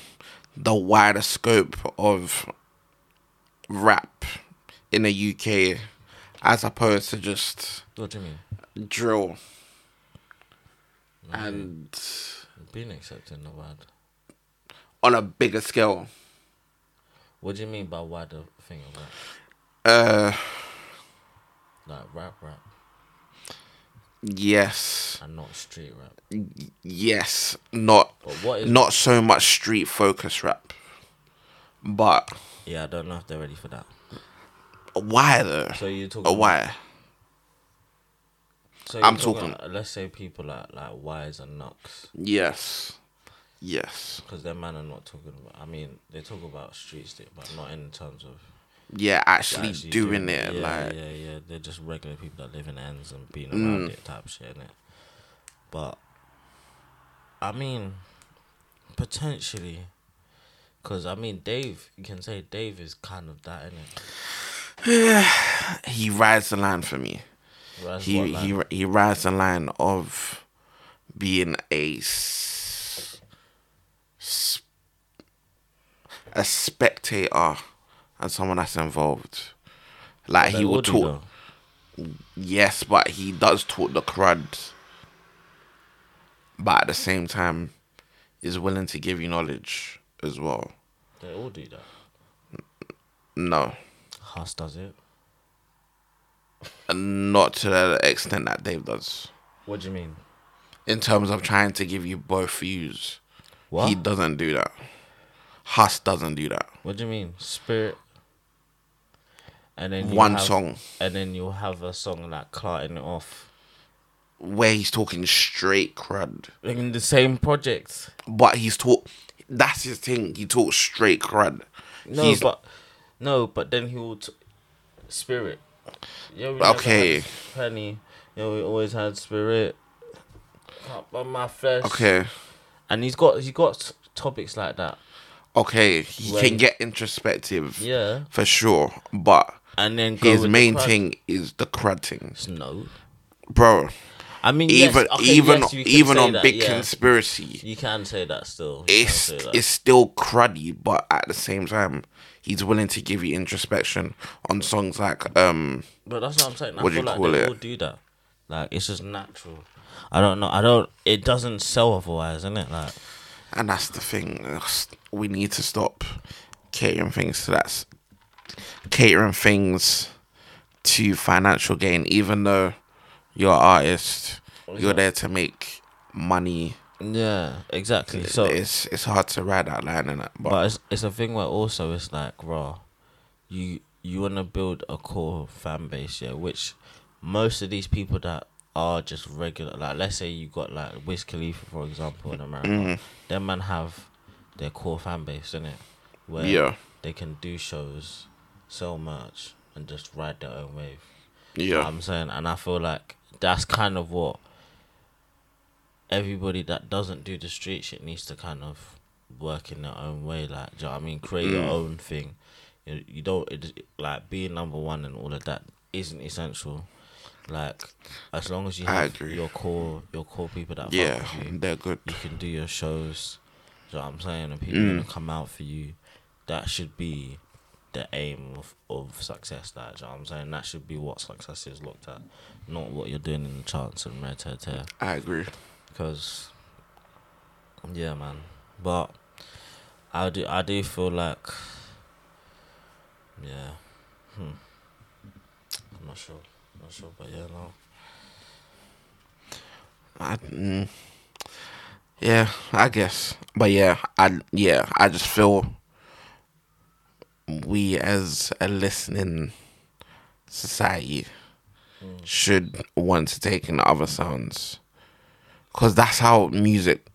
S2: the wider scope of rap in the UK as opposed to just
S1: What do you mean?
S2: drill
S1: No,
S2: and
S1: being accepting the word.
S2: on a bigger scale.
S1: What do you mean by wider thing of rap?
S2: Uh
S1: Like rap rap
S2: yes.
S1: and not street rap.
S2: Yes. Not
S1: But what is
S2: not so much street focus rap, but
S1: Yeah, I don't know if they're ready for that.
S2: why though?
S1: So you're talking.
S2: Uh, Why?
S1: So you're
S2: I'm
S1: talking.
S2: talking-
S1: uh, let's say people like like Wise and Knox,
S2: Yes, yes,
S1: because their man are not talking about. I mean, they talk about street stick, but not in terms of
S2: yeah. Actually,
S1: actually
S2: doing it
S1: Yeah,
S2: like Mm.
S1: yeah, yeah. They're just regular people that live in ends and being around it type shit, innit? But I mean, potentially, Cause I mean, Dave, you can say Dave is kind of that, innit?
S2: He rides the line for me.
S1: Whereas
S2: he
S1: what,
S2: he
S1: like,
S2: he rides the line of being a s- s- a spectator and someone that's involved. Like he
S1: like
S2: will
S1: Woody,
S2: talk,
S1: though.
S2: yes, but he does talk the crud. But at the same time, is willing to give you knowledge as well.
S1: They all do that.
S2: No,
S1: Haas does it.
S2: and not to the extent that Dave does.
S1: What do you mean?
S2: In terms of trying to give you both views.
S1: What?
S2: He doesn't do that. Huss doesn't do that.
S1: What do you mean? Spirit. And then you
S2: One
S1: have-
S2: song
S1: And then you'll have a song like clarting it off.
S2: where he's talking straight crud,
S1: In the same project.
S2: but he's talk. That's his thing. He talks straight crud.
S1: No,
S2: he's,
S1: but no, but then he will t- spirit. Yeah, we
S2: Okay.
S1: never had Penny. Yeah, we always had spirit. Up on my flesh.
S2: okay,
S1: And he's got he got s- topics like that.
S2: okay. He
S1: Well-
S2: can get introspective,
S1: Yeah.
S2: for sure. But
S1: And then go with
S2: his
S1: the
S2: main
S1: crowd.
S2: thing is the crud thing,
S1: No.
S2: bro.
S1: I mean,
S2: Even
S1: yes, okay,
S2: even
S1: yes, you can
S2: even
S1: say
S2: on
S1: that,
S2: big
S1: yeah.
S2: conspiracy,
S1: You can say that still. You can
S2: it's
S1: say that.
S2: it's still cruddy. But at the same time, he's willing to give you introspection on songs like um.
S1: But that's what I'm saying. I
S2: What do
S1: feel
S2: you
S1: like
S2: call
S1: they
S2: it?
S1: all do that. Like it's just natural. I don't know. I don't. It doesn't sell otherwise, innit? Like
S2: And that's the thing. that's- We need to stop catering things to that. s- Catering things to financial gain, even though you're an artist, you're there to make money.
S1: yeah, exactly. So,
S2: it's it's hard to ride that line in it, but,
S1: but it's it's a thing where also it's like raw. You you wanna build a core fan base, yeah, which most of these people that are just regular, like let's say you got like Wiz Khalifa for example in America, them man have their core fan base, innit? Where
S2: yeah,
S1: they can do shows, sell merch, and just ride their own wave.
S2: yeah,
S1: I'm saying, and I feel like that's kind of what everybody that doesn't do the street shit needs to kind of work in their own way. Like, do you know what I mean? Create
S2: Mm.
S1: your own thing. You, you don't it, like being number one and all of that isn't essential. Like, as long as you
S2: I
S1: have
S2: agree.
S1: your core, your core people that yeah.
S2: yeah.
S1: fuck with you,
S2: They're good.
S1: you can do your shows. Do you know what I'm saying? And people gonna come out for you. That should be the aim of, of success. That do you know what I'm saying? That should be what success is looked at, not what you're doing in the charts and red tear tear.
S2: I agree.
S1: Because yeah, man. But I do I do feel like yeah. Hmm. I'm not sure. Not sure, but yeah, no.
S2: I, mm, yeah, I guess. But yeah, I yeah, I just feel we as a listening society
S1: Mm.
S2: should want to take in other sounds because that's how music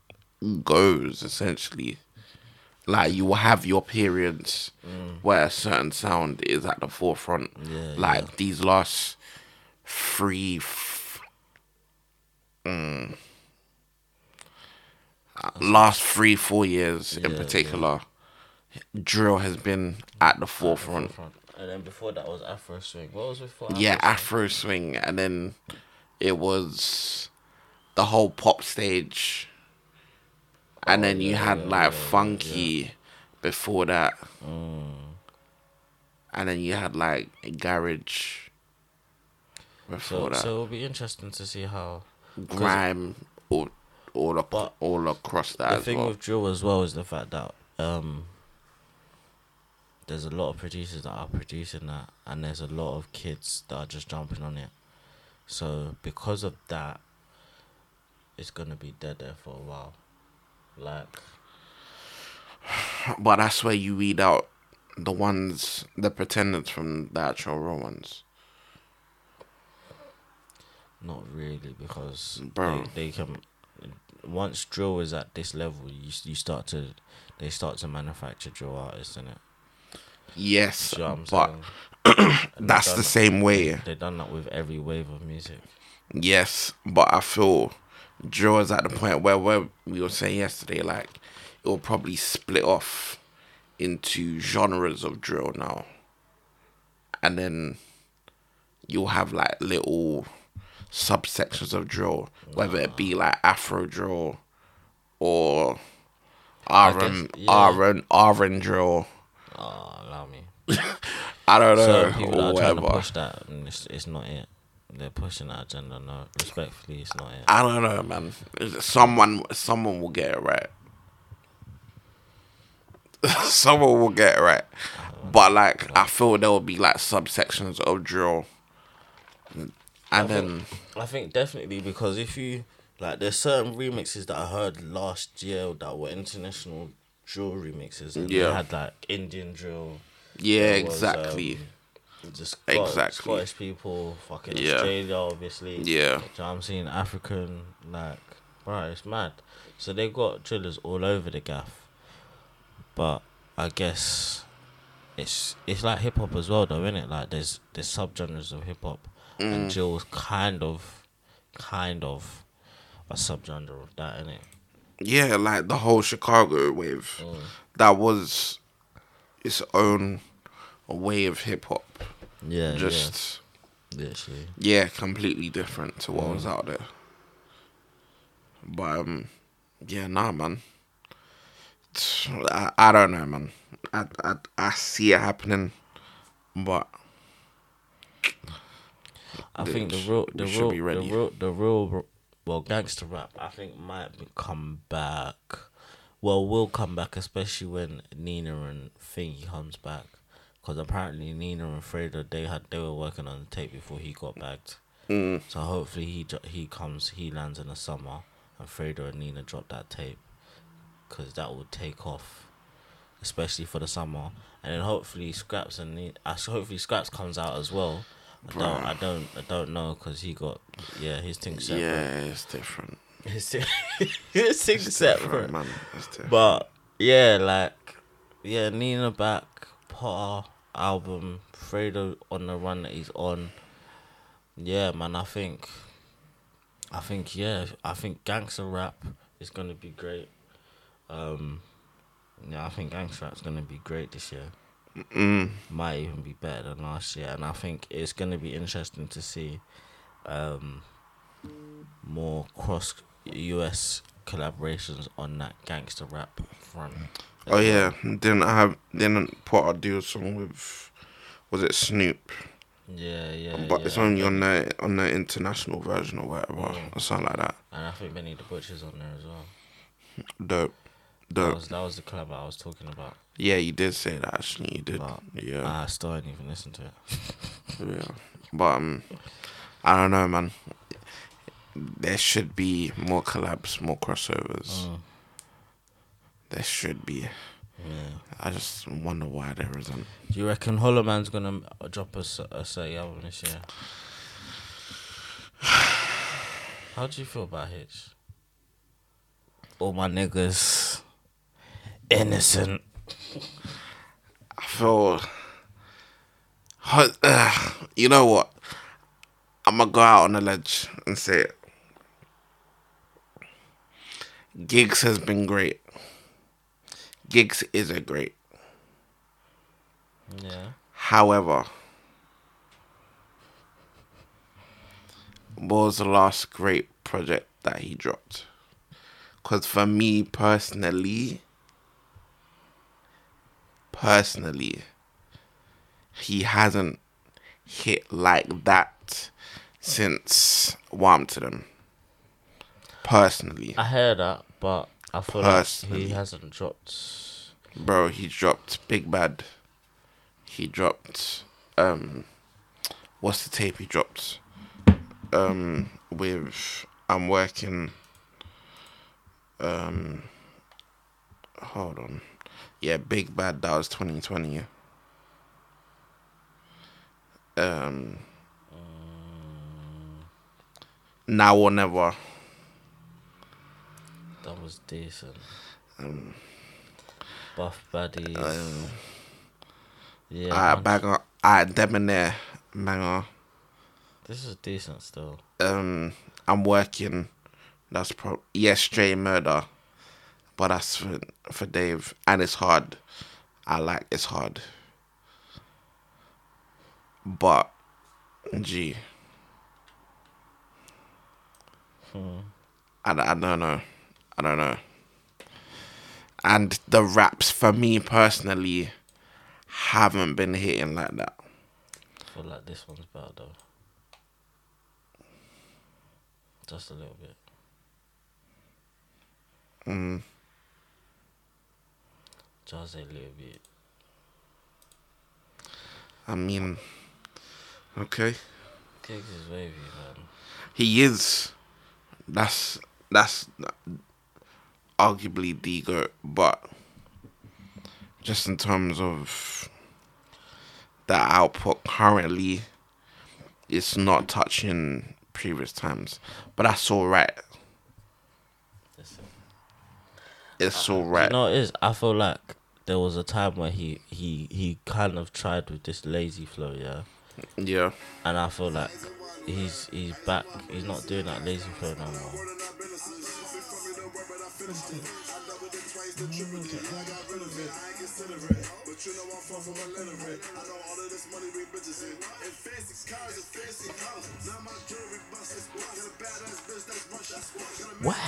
S2: goes essentially. Like you will have your periods where a certain sound is at the forefront.
S1: Mm. Yeah,
S2: like these last three f- mm. last three, four years in
S1: Yeah,
S2: particular, drill has been at the forefront.
S1: Front. And then before that was Afro Swing. What was before?
S2: Yeah,
S1: Afro
S2: Afro swing, and then it was the whole pop stage, and
S1: Oh,
S2: then you
S1: yeah,
S2: had
S1: yeah, yeah,
S2: like
S1: yeah, Mm.
S2: funky before that, and then you had like garage
S1: So,
S2: before that,
S1: so it'll be interesting to see how. 'cause
S2: grime, all all, ac-
S1: But
S2: all across that
S1: The
S2: as
S1: thing
S2: well.
S1: with drill as well is the fact that um, there's a lot of producers that are producing that, and there's a lot of kids that are just jumping on it. So because of that, it's gonna be dead there for a while. Like
S2: But that's where you weed out the ones, the pretenders from the actual real ones.
S1: not really because
S2: Bro.
S1: They, they can. Once drill is at this level, you s- you start to they start to manufacture drill artists in it.
S2: Yes,
S1: Do you know what I'm
S2: but
S1: saying? And they've
S2: that's
S1: done
S2: the
S1: that-
S2: same way.
S1: They've done that with every wave of music.
S2: Yes, but I feel Joe is at the point where, where we were saying yesterday, like it will probably split off into genres of drill now. And then you'll have like little subsections of drill, whether it be like Afro drill or R and
S1: guess, yeah.
S2: R and R and drill.
S1: Oh, allow me.
S2: I don't
S1: So
S2: know
S1: people that
S2: or
S1: are trying to
S2: whatever.
S1: push that, and it's, it's not it. They're pushing that agenda. No, respectfully, it's not it.
S2: I don't know, man. Someone, someone will get it right. [LAUGHS] someone will get it right. But like, I feel there will be like subsections of drill, and then
S1: I think definitely because if you like, there's certain remixes that I heard last year that were international drill remixes. And They
S2: Yeah.
S1: had like Indian drill.
S2: yeah,
S1: there was,
S2: exactly.
S1: um, The Scot-
S2: Exactly.
S1: Scottish people, fucking
S2: Yeah.
S1: Australia, obviously.
S2: Yeah.
S1: Do you know what I'm saying? African, like, right, it's mad. So they got drillers all over the gaff. But I guess it's it's like hip hop as well, though, isn't it? Like, there's, there's subgenres of hip hop. And drill's kind of, kind of a subgenre of that, innit?
S2: yeah, like the whole Chicago wave,
S1: Mm.
S2: that was its own way of hip hop.
S1: Yeah,
S2: Just
S1: yeah, literally.
S2: yeah, completely different to what
S1: Mm.
S2: was out there. But um, yeah, nah, man. It's- I, I don't know, man. I, I I see it happening, but
S1: I
S2: Then
S1: think the
S2: sh-
S1: real,
S2: we
S1: the
S2: should
S1: real,
S2: be
S1: the
S2: ready.
S1: real, the real, well, gangster rap. I think might be come back. Well, will come back, especially when Nina and Thingy comes back, because apparently Nina and Freda they had they were working on the tape before he got bagged. Mm. So hopefully he dro- he comes, he lands in the summer, and Freda and Nina drop that tape, because that will take off, especially for the summer. And then hopefully Scraps and Ni- I s- hopefully Scraps comes out as well. I don't, I don't, I don't know because he got yeah his thing separate.
S2: yeah, it's different.
S1: His thing, [LAUGHS] his thing separate.
S2: Different, man. It's different.
S1: But yeah, like yeah, Nina back, Potter album, Fredo on the run that he's on. Yeah, man, I think I think yeah, I think gangster rap is gonna be great. Um yeah, I think gangster rap's gonna be great this year.
S2: Mm,
S1: Might even be better than last year and I think it's gonna be interesting to see um more cross US collaborations on that gangster rap front.
S2: oh yeah, then I have then Potter do a song with was it Snoop?
S1: Yeah, yeah.
S2: but
S1: yeah.
S2: it's only on the on the international version or whatever
S1: Yeah.
S2: or something like that.
S1: And I think Benny the Butcher's on there as well.
S2: Dope,
S1: That
S2: dope.
S1: was, that was the collab I was talking about.
S2: Yeah, you did say that actually. You did.
S1: But
S2: yeah,
S1: I still didn't even listen to it.
S2: yeah. But um, I don't know, man. There should be more collabs, more crossovers.
S1: Mm.
S2: There should be.
S1: Yeah.
S2: I just wonder why there isn't.
S1: Do you reckon Hollow Man's gonna uh, drop us a, a certain album this year? [SIGHS] How do you feel about Hitch? All my niggas, innocent.
S2: I feel. Ho- ugh, you know what? I'm gonna go out on a ledge and say it. Gigs has been great. Gigs is a great.
S1: Yeah.
S2: However, what was the last great project that he dropped? Because for me personally, personally, he hasn't hit like that since Warm to Them. Personally,
S1: I hear that, but I feel
S2: Personally.
S1: like he hasn't dropped.
S2: bro, he dropped Big Bad. He dropped um, what's the tape he dropped? Um, with I'm working. Um, hold on, yeah, Big Bad. That was 2020. Um, now or never.
S1: That was decent. Buff baddies. yeah,
S2: Ah,
S1: man,
S2: banger. Ah, debonair. Banger.
S1: this is decent still.
S2: um I'm working. That's pro yes, Stray Murder. But that's for for Dave. And it's hard. I like it's hard. But, gee. Hmm. I, I don't know. I don't know. And the raps, for me personally, haven't been hitting like that.
S1: I feel like this one's better though. Just a little bit.
S2: Mm.
S1: Just a little bit.
S2: I mean, okay.
S1: Kicks is wavy, man.
S2: He is. That's that's arguably the goat, but just in terms of the output currently, it's not touching previous times. But that's all right.
S1: Listen.
S2: It's all
S1: You
S2: right.
S1: know what it is? I feel like there was a time where he he he kind of tried with this lazy flow, yeah.
S2: Yeah.
S1: And I feel like he's he's back. He's not doing that lazy flow no more.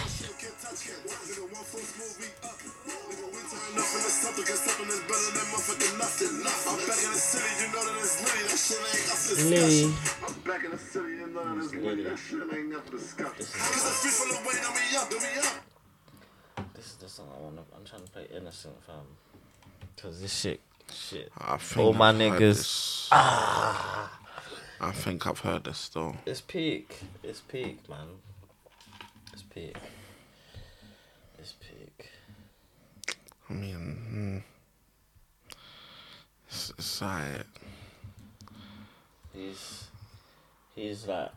S1: What? Louis.
S3: Back in the city, you know this lady, that shit ain't nothing but scuff.
S1: This is the song I want. I'm trying to play Innocent, fam. Cause this shit, shit.
S2: I think
S1: All my
S2: I've heard
S1: niggas. Ah.
S2: this. I think I've heard this though.
S1: It's peak. It's peak, man. It's peak. It's peak.
S2: I mean, mm, it's, it's alright.
S1: He's he's like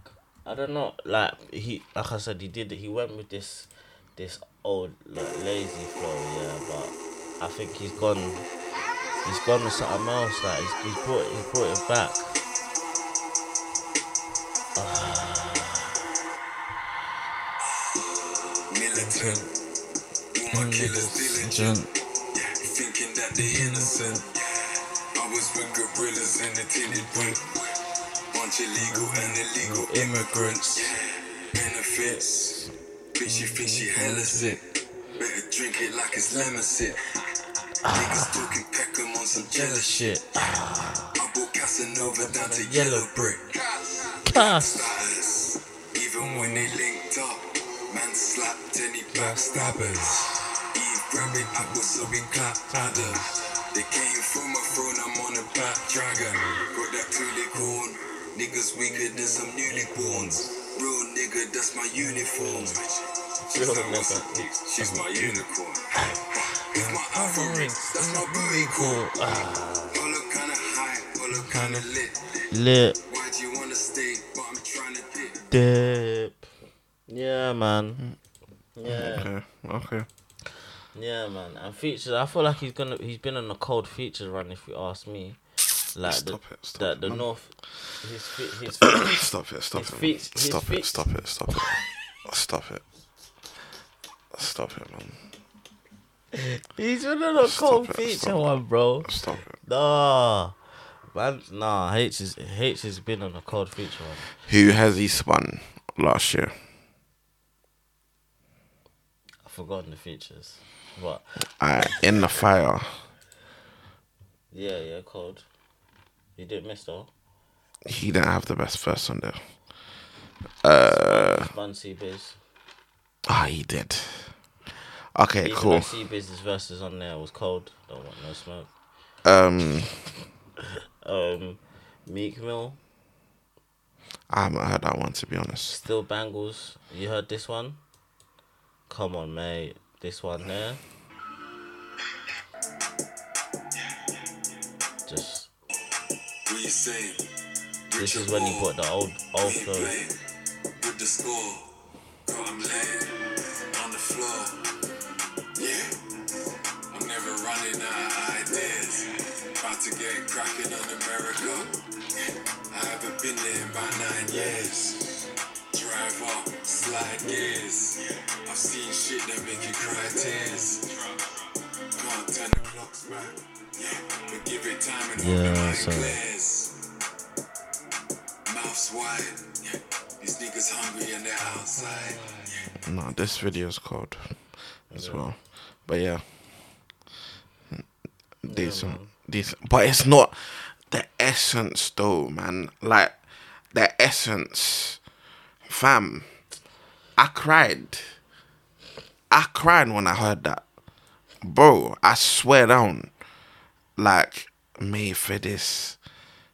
S1: I don't know like he like I said he did he went with this this old like lazy flow yeah but I think he's gone he's gone with something else like he's, he's brought he's brought it back.
S4: Militant. All my killers diligent. Thinking that they innocent. I was with gorillas and the tinted whip. Bunch of legal and illegal immigrants. Benefits. Bitch, you think she hella sick. Better drink it like it's lemon sip. Niggas talking Peckham on some jealous shit.
S1: Shit.
S4: I bought Casanova down to
S1: Yellow
S4: yellow brick.
S1: Ah.
S4: Backstabbers. Even when they linked up, man slapped any backstabbers. Eve grabbing apples, so we clapped at them. They came from my throne, I'm on a back dragon. Got that coolie corn. Niggas weaker than some newlyborns. Real nigga, that's my uniform. She's, like, "What's up, Nick?" She's my unicorn. If my iPhone rings, that's my booty call. Polo kinda high, polo kinda lit.
S1: Lit
S4: Why'd you wanna stay? But I'm trying to dip.
S1: dip. Yeah man. Yeah.
S2: Okay. Okay.
S1: Yeah, man, and features. I feel like he's gonna. He's been on a cold features run, if you ask me. Like
S2: Stop
S1: the
S2: it, stop
S1: the,
S2: it,
S1: the
S2: man.
S1: north. His fe-
S2: [COUGHS]
S1: his fe-
S2: Stop it, stop
S1: His
S2: it,
S1: feet-
S2: man.
S1: his
S2: Stop
S1: feet-
S2: it, stop it, stop it. [LAUGHS] Stop it. Stop it, man.
S1: he's been on a
S2: Stop
S1: cold
S2: it,
S1: feature
S2: stop it.
S1: one, bro.
S2: Stop it.
S1: Nah, man, nah. H is H has been on a cold feature one.
S2: Who has he spun last year?
S1: I've forgotten the features, but
S2: Uh, in the fire.
S1: yeah, yeah, cold. He didn't miss though.
S2: He didn't have the best first on there.
S1: Spun C Biz.
S2: Ah, he did. Okay,
S1: Even
S2: cool.
S1: though C Biz's verses on there was cold. Don't want no smoke.
S2: Um,
S1: Um, Meek Mill.
S2: I haven't heard that one to be honest.
S1: Still Bangles. You heard this one? Come on, mate. This one there. Just
S4: What you saying?
S1: this is when he bought the old old
S4: ain't
S1: flow.
S4: playing with the score. Girl, I'm laying on the floor. Yeah, I'm never running out of ideas. About to get cracking on America. I haven't been there in about nine years. Drive up, slide gears. I've seen shit that make you cry tears. Come
S5: can't turn the clocks back. Yeah, but give it time and
S1: Yeah,
S5: hope the mind
S1: so-
S5: clears. Mouths wide. Yeah, these niggas hungry and they're outside. Yeah,
S2: No, this video is called as well. But yeah. Decent. decent. But it's not the essence though, man. Like the essence. Fam. I cried. I cried when I heard that. Bro, I swear down. Like, made for this.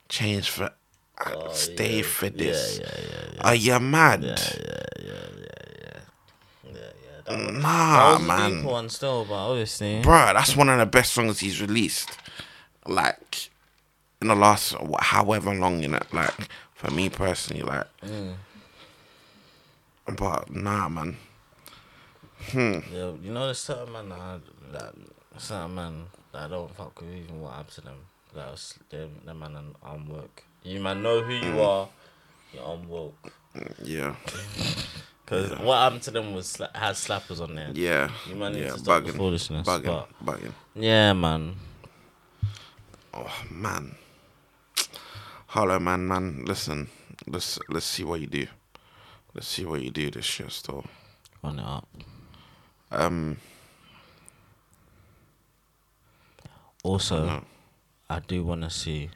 S2: Change for stay for this. Are you mad? Nah, man.
S1: Deep one still, but obviously.
S2: Bruh, that's one of the best songs he's released. Like, in the last wh- however long, you know, like, for me personally, like.
S1: Mm.
S2: But nah, man.
S1: Yeah, you know, there's certain man that, I, that certain man that I don't fuck with even what happened to them. That was them, them man on, on work. You man know who you are. You're on woke.
S2: Yeah.
S1: Cause what happened to them was sla- had slappers on there.
S2: Yeah.
S1: You man need
S2: yeah,
S1: to stop the foolishness.
S2: Bugging.
S1: But
S2: Bugging.
S1: yeah, man.
S2: Oh, man. Hello, man, man. Listen. Let's, let's see what you do. Let's see what you do this shit still.
S1: Run it up.
S2: Um,
S1: Also, I do want to see.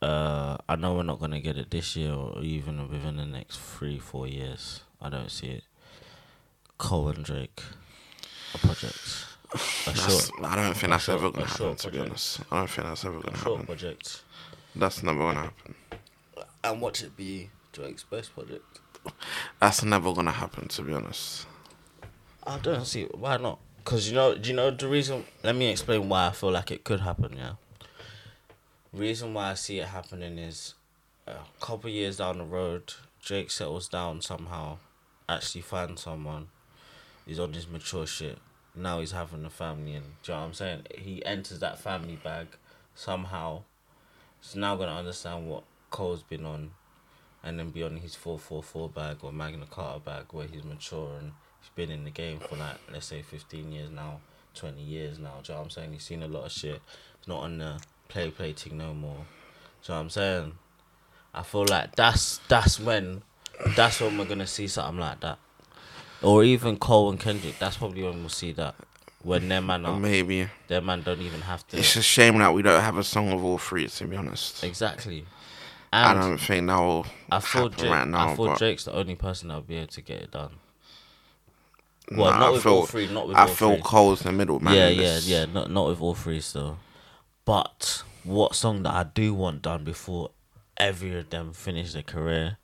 S1: Uh, I know we're not gonna get it this year, or even within the next three, four years. I don't see it. Cole and Drake, a project, a
S2: that's, [LAUGHS]
S1: short,
S2: I don't think that's
S1: Sure,
S2: ever going
S1: uh,
S2: to
S1: sure,
S2: happen, to be
S1: project.
S2: honest. I don't think that's ever going to
S1: short
S2: happen.
S1: project.
S2: That's never going to happen.
S1: And watch it be Drake's best project.
S2: That's never gonna happen, to be honest.
S1: I don't see it. why not. Cause you know, do you know the reason? Let me explain why I feel like it could happen. Yeah. Reason why I see it happening is a couple years down the road, Drake settles down somehow, actually finds someone. He's on his mature shit. Now he's having a family, and do you know what I'm saying? He enters that family bag somehow. He's now gonna understand what Cole's been on and then be on his 444 bag or Magna Carta bag where he's mature and he's been in the game for like, let's say 15 years now, 20 years now. Do you know what I'm saying? He's seen a lot of shit. He's not on the play play thing no more. Do you know what I'm saying? I feel like that's that's when that's when we're gonna see something like that. Or even Cole and Kendrick, that's probably when we'll see that. When their man are,
S2: Maybe
S1: their man don't even have to
S2: [LAUGHS] it's a shame that we don't have a song of all three, to be honest.
S1: Exactly.
S2: I
S1: And
S2: don't think that will
S1: I
S2: happen
S1: thought Drake,
S2: right now.
S1: I thought
S2: but
S1: Drake's the only person that'll be able to get it done. Well,
S2: nah,
S1: not
S2: I
S1: with
S2: feel,
S1: all three. Not with
S2: I
S1: all
S2: feel
S1: three.
S2: Cole's the middle man.
S1: yeah,
S2: in
S1: yeah,
S2: this.
S1: yeah. Not not with all three still. But what song that I do want done before every of them finish their career?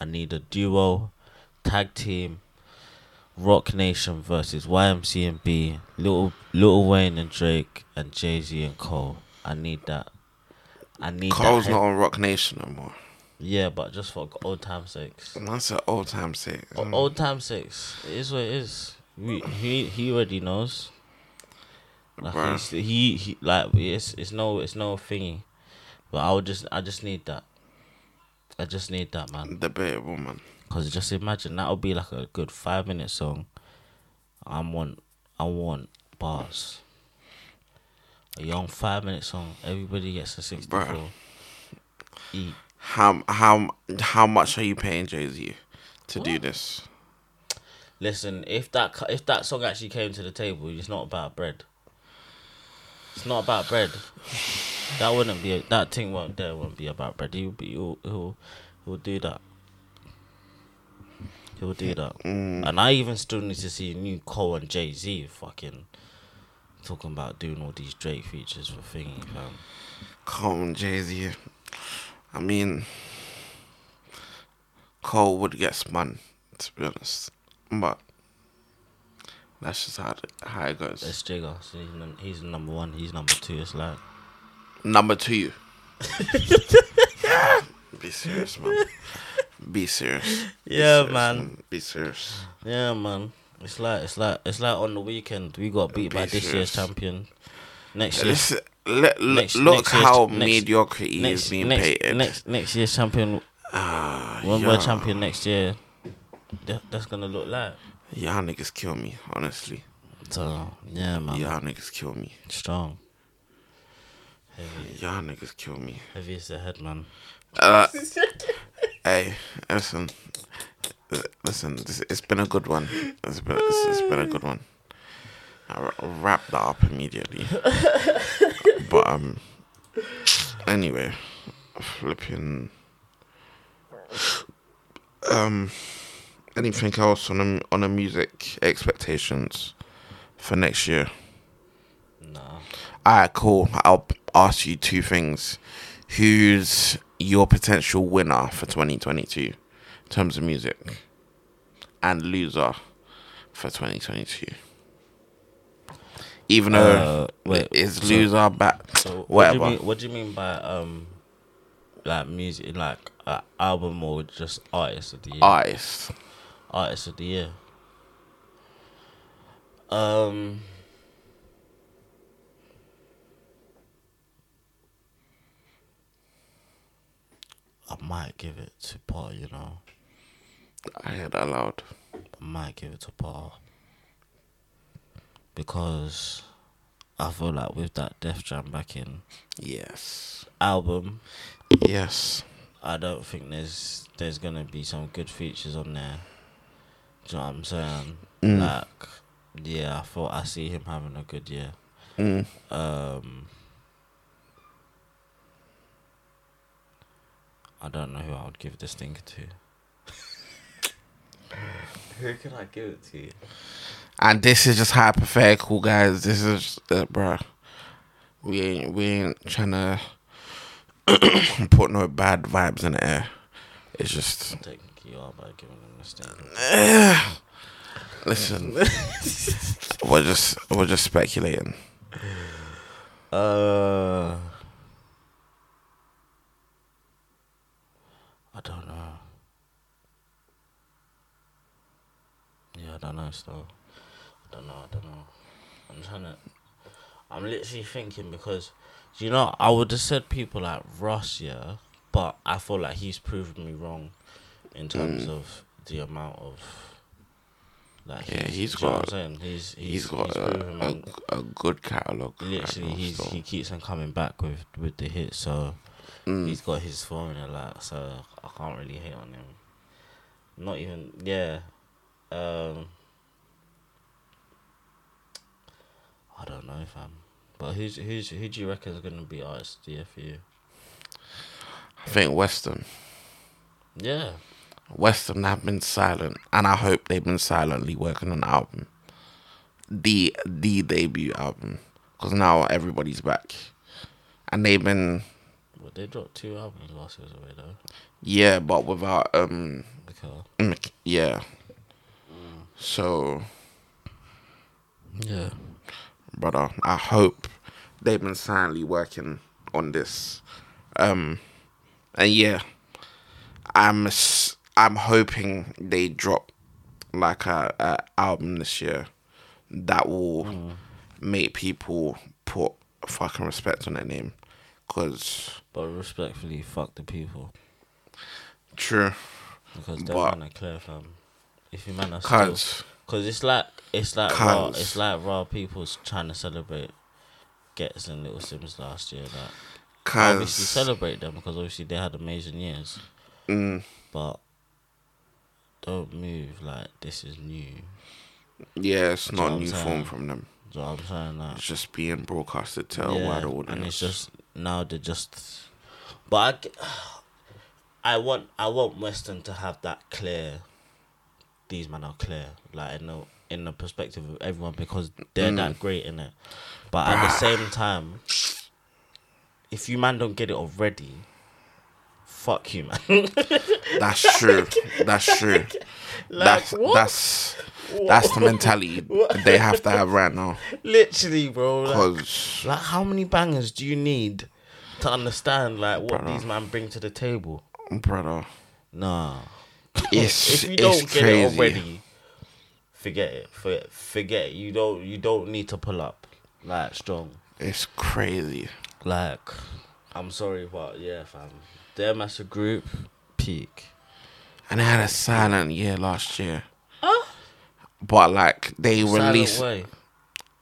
S1: I need a duo, tag team, Rock Nation versus YMCMB, Little Little Wayne and Drake, and Jay Z and Cole. I need that. I need
S2: Cole's
S1: that.
S2: not on Rock Nation no more.
S1: Yeah, but just for old time's sakes.
S2: That's an old time thing.
S1: O- Old time six. It is what it is. We, he he already knows. Like
S2: Bruh.
S1: he's, he he like it's it's no it's no thingy, but I would just I just need that. I just need that
S2: Mm.
S1: man,
S2: Debatable man.
S1: cause just imagine that'll be like a good five minute song. I want I want bars. A young five minute song. Everybody gets a sixty four. Eat.
S2: How how how much are you paying Jay Z to do this?
S1: Listen, if that cu- if that song actually came to the table, it's not about bread. It's not about bread. That wouldn't be a, that thing won't there won't be about bread. He'll be he'll he'll, he'll do that. He'll do that. And I even still need to see new Cole and Jay Z fucking talking about doing all these Drake features for thingy fam.
S2: Cole and Jay Z. I mean, Cole would get spun, to be honest. But that's just how it, how it goes.
S1: It's Jigga. So he's, num- he's number one. He's number two. It's like
S2: Number two.
S1: [LAUGHS]
S2: Be serious, man. Be serious. Be
S1: Yeah,
S2: serious,
S1: man.
S2: Be serious.
S1: Yeah, man. It's like it's like it's like on the weekend we got beat by this year's
S2: Pacers.
S1: champion. Next year,
S2: Listen, le- le-
S1: Next-
S2: look
S1: next year's-
S2: how
S1: next-
S2: mediocrity
S1: next
S2: is being
S1: next,
S2: painted.
S1: next next year's champion.
S2: Ah,
S1: When
S2: yeah.
S1: we're champion next year, that, that's gonna look like.
S2: Y'all niggas kill me, honestly.
S1: So yeah, man.
S2: Y'all niggas kill me.
S1: Strong. Heavy,
S2: Y'all niggas kill me.
S1: heavy is the head, man.
S2: Uh, hey, listen, L- listen. This, it's been a good one. It's been, it's, it's been a good one. I ra- wrap that up immediately. but um, anyway, flipping. Um, anything else on the, on the music expectations for next year?
S1: Nah.
S2: Alright, cool. I'll ask you two things. Who's your potential winner for 2022 in terms of music? And loser for 2022? Even though
S1: Uh, wait,
S2: is
S1: so-
S2: loser back?
S1: So
S2: whatever.
S1: What do, you mean, what do you mean by um, like music, like uh, album or just artist of the year?
S2: Artist.
S1: Artist of the year. Um. I might give it to Paul, you know.
S2: I heard that loud.
S1: I might give it to Paul because I feel like with that Def Jam backing
S2: Yes.
S1: album,
S2: Yes.
S1: I don't think there's there's gonna be some good features on there. Do you know what I'm saying?
S2: Mm.
S1: Like, yeah, I thought I see him having a good year.
S2: Mm.
S1: Um, I don't know who I would give this thing to. [LAUGHS] who could I give it to?
S2: And this is just hypothetical, guys. This is, uh, bruh. We ain't, we ain't trying to [COUGHS] put no bad vibes in the air. It's just,
S1: Take you are by giving him this thing. [LAUGHS]
S2: listen. we're just, we're just speculating.
S1: Uh, I don't know. Yeah, I don't know. Still, I don't know. I don't know. I'm trying to. I'm literally thinking because, do you know, I would have said people like Ross, yeah, but I feel like he's proven me wrong in terms
S2: Mm.
S1: of the amount of. Like
S2: Yeah, he's
S1: do you know
S2: got-
S1: what I'm saying he's he's,
S2: He's got
S1: proven
S2: a,
S1: me
S2: a, a good catalogue. right
S1: Literally,
S2: now
S1: he's,
S2: still.
S1: he keeps on coming back with with the hits, so
S2: Mm.
S1: he's got his formula, like so I can't really hate on him. Not even yeah. Um, I don't know, fam. But who's who's who do you reckon is gonna be artist of the year for you?
S2: I think Western.
S1: Yeah,
S2: Western have been silent, and I hope they've been silently working on the album, the the debut album, because now everybody's back, and they've been
S1: well they dropped two albums last year already though.
S2: yeah, but without um
S1: Okay.
S2: mm, yeah. So,
S1: Yeah.
S2: brother, I hope they've been silently working on this, um, and yeah, I'm s- I'm hoping they drop like a, a album this year that will
S1: Mm.
S2: make people put fucking respect on their name, cause
S1: But respectfully, fuck the people
S2: true,
S1: because they're
S2: But-
S1: man are clear, fam. If you man are still
S2: cause
S1: Cause it's like it's like raw,
S2: Cunts.
S1: it's like raw people's trying to celebrate Gets and Little Sims last year. Like obviously
S2: cause
S1: celebrate them because obviously they had amazing years,
S2: mm,
S1: but don't move like this is new.
S2: yeah, it's not
S1: what
S2: a
S1: I'm
S2: new
S1: saying?
S2: form from them.
S1: Do you know what I'm saying? Like,
S2: It's just being broadcasted to a wider audience.
S1: And it's just now they're just, but I, g- I want I want Western to have that clear. These men are clear, like in the in the perspective of everyone because they're
S2: Mm.
S1: that great in it. But at the same time, if you man don't get it already, fuck you, man. [LAUGHS]
S2: That's true. That's true. that's
S1: what?
S2: that's that's the mentality
S1: [LAUGHS]
S2: they have to have right now.
S1: Literally, bro. Like,
S2: Cause
S1: like, how many bangers do you need to understand like what
S2: Bruh.
S1: these men bring to the table?
S2: brother,
S1: Nah.
S2: it's [LAUGHS]
S1: if you don't
S2: it's
S1: get it
S2: crazy.
S1: already, forget it. Forget, forget it. You don't. You don't need to pull up like strong.
S2: It's crazy.
S1: Like, I'm sorry, but yeah, fam. Them as a group, peak.
S2: And they had a silent year last year. But like they
S1: Silent
S2: released
S1: way.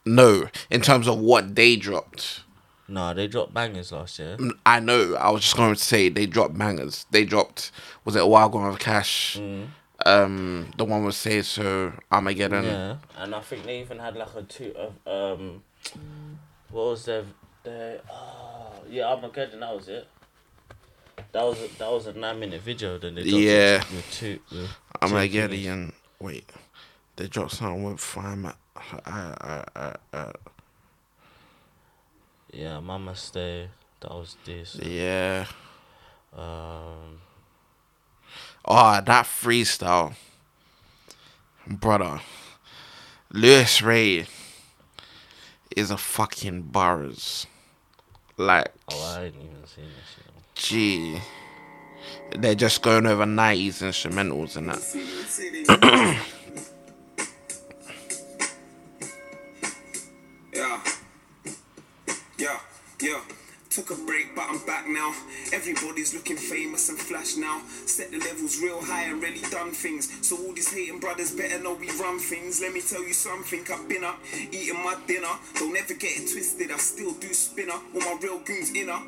S2: No, in terms of what they dropped,
S1: No, they dropped bangers last year.
S2: I know. I was just going to say they dropped bangers. They dropped. Was it a while gone with Cash?
S1: Mm.
S2: Um, the one with Say So Armageddon.
S1: Yeah, and I think they even had like a two of um, what was their their oh yeah Armageddon that was it. That was a, that was a nine minute video. Then they dropped it
S2: Yeah.
S1: with two. With two minutes.
S2: Armageddon. Wait, they dropped something with Fire. I, I, I, I,
S1: Yeah, Mama Stay. That was this.
S2: yeah.
S1: Um,
S2: Oh, that freestyle, brother. Lewis Ray is a fucking bars. Like,
S1: oh, I didn't even see this. Shit.
S2: gee, they're just going over nineties instrumentals and that.
S5: [COUGHS] Yeah. Yeah, yeah. Took a break, but I'm back now. Everybody's looking famous and flash now. Set the levels real high and really done things. So all these hating brothers better know we run things. Let me tell you something. I've been up, eating my dinner. Don't ever get it twisted. I still do spinner. All my real goons inner.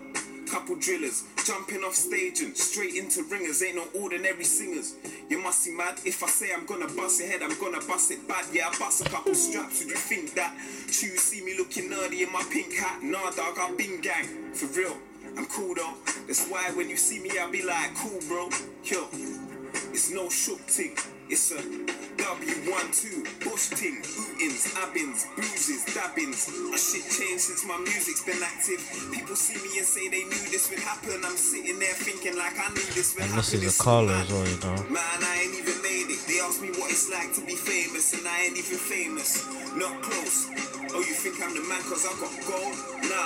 S5: Couple drillers jumping off stage and straight into ringers. Ain't no ordinary singers. You must be mad if I say I'm gonna bust your head. I'm gonna bust it bad. Yeah, I bust a couple straps. Would you think that? Chew see me looking nerdy in my pink hat. Nah, dog, I've been gang for real. I'm cool though. That's why when you see me, I'll be like, cool, bro. Yo, it's no shook thing. It's a W12 bush ting, bootins, abbins, bruises, dabbins. My shit changed since my music's been active. People see me and say they knew this would happen. I'm sitting there thinking like I knew this would
S1: And
S5: happen.
S1: this is
S5: It's
S1: a
S5: so
S1: caller
S5: mad.
S1: as well, you know.
S5: Man, I ain't even made it. They asked me what it's like to be famous, and I ain't even famous. Not close. Oh, you think I'm the man cause I got gold?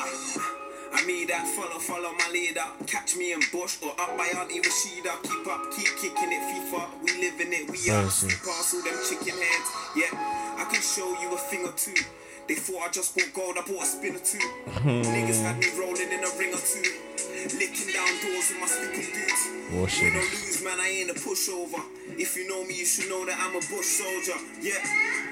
S5: Nah. I mean that follow, follow my leader. Catch me in bush or up by Auntie Rashida. Keep up, keep kicking it, FIFA. We live in it, we are.
S1: Nice.
S5: Pass all them chicken heads. Yeah, I can show you a thing or two. They thought I just bought gold, I bought a spin or
S1: [LAUGHS]
S5: two. Niggas had me rolling in a ring or two. Licking down doors with my speaker boots.
S1: Washing.
S5: When I lose, man, I ain't a pushover. If you know me, you should know that I'm a bush soldier. Yeah.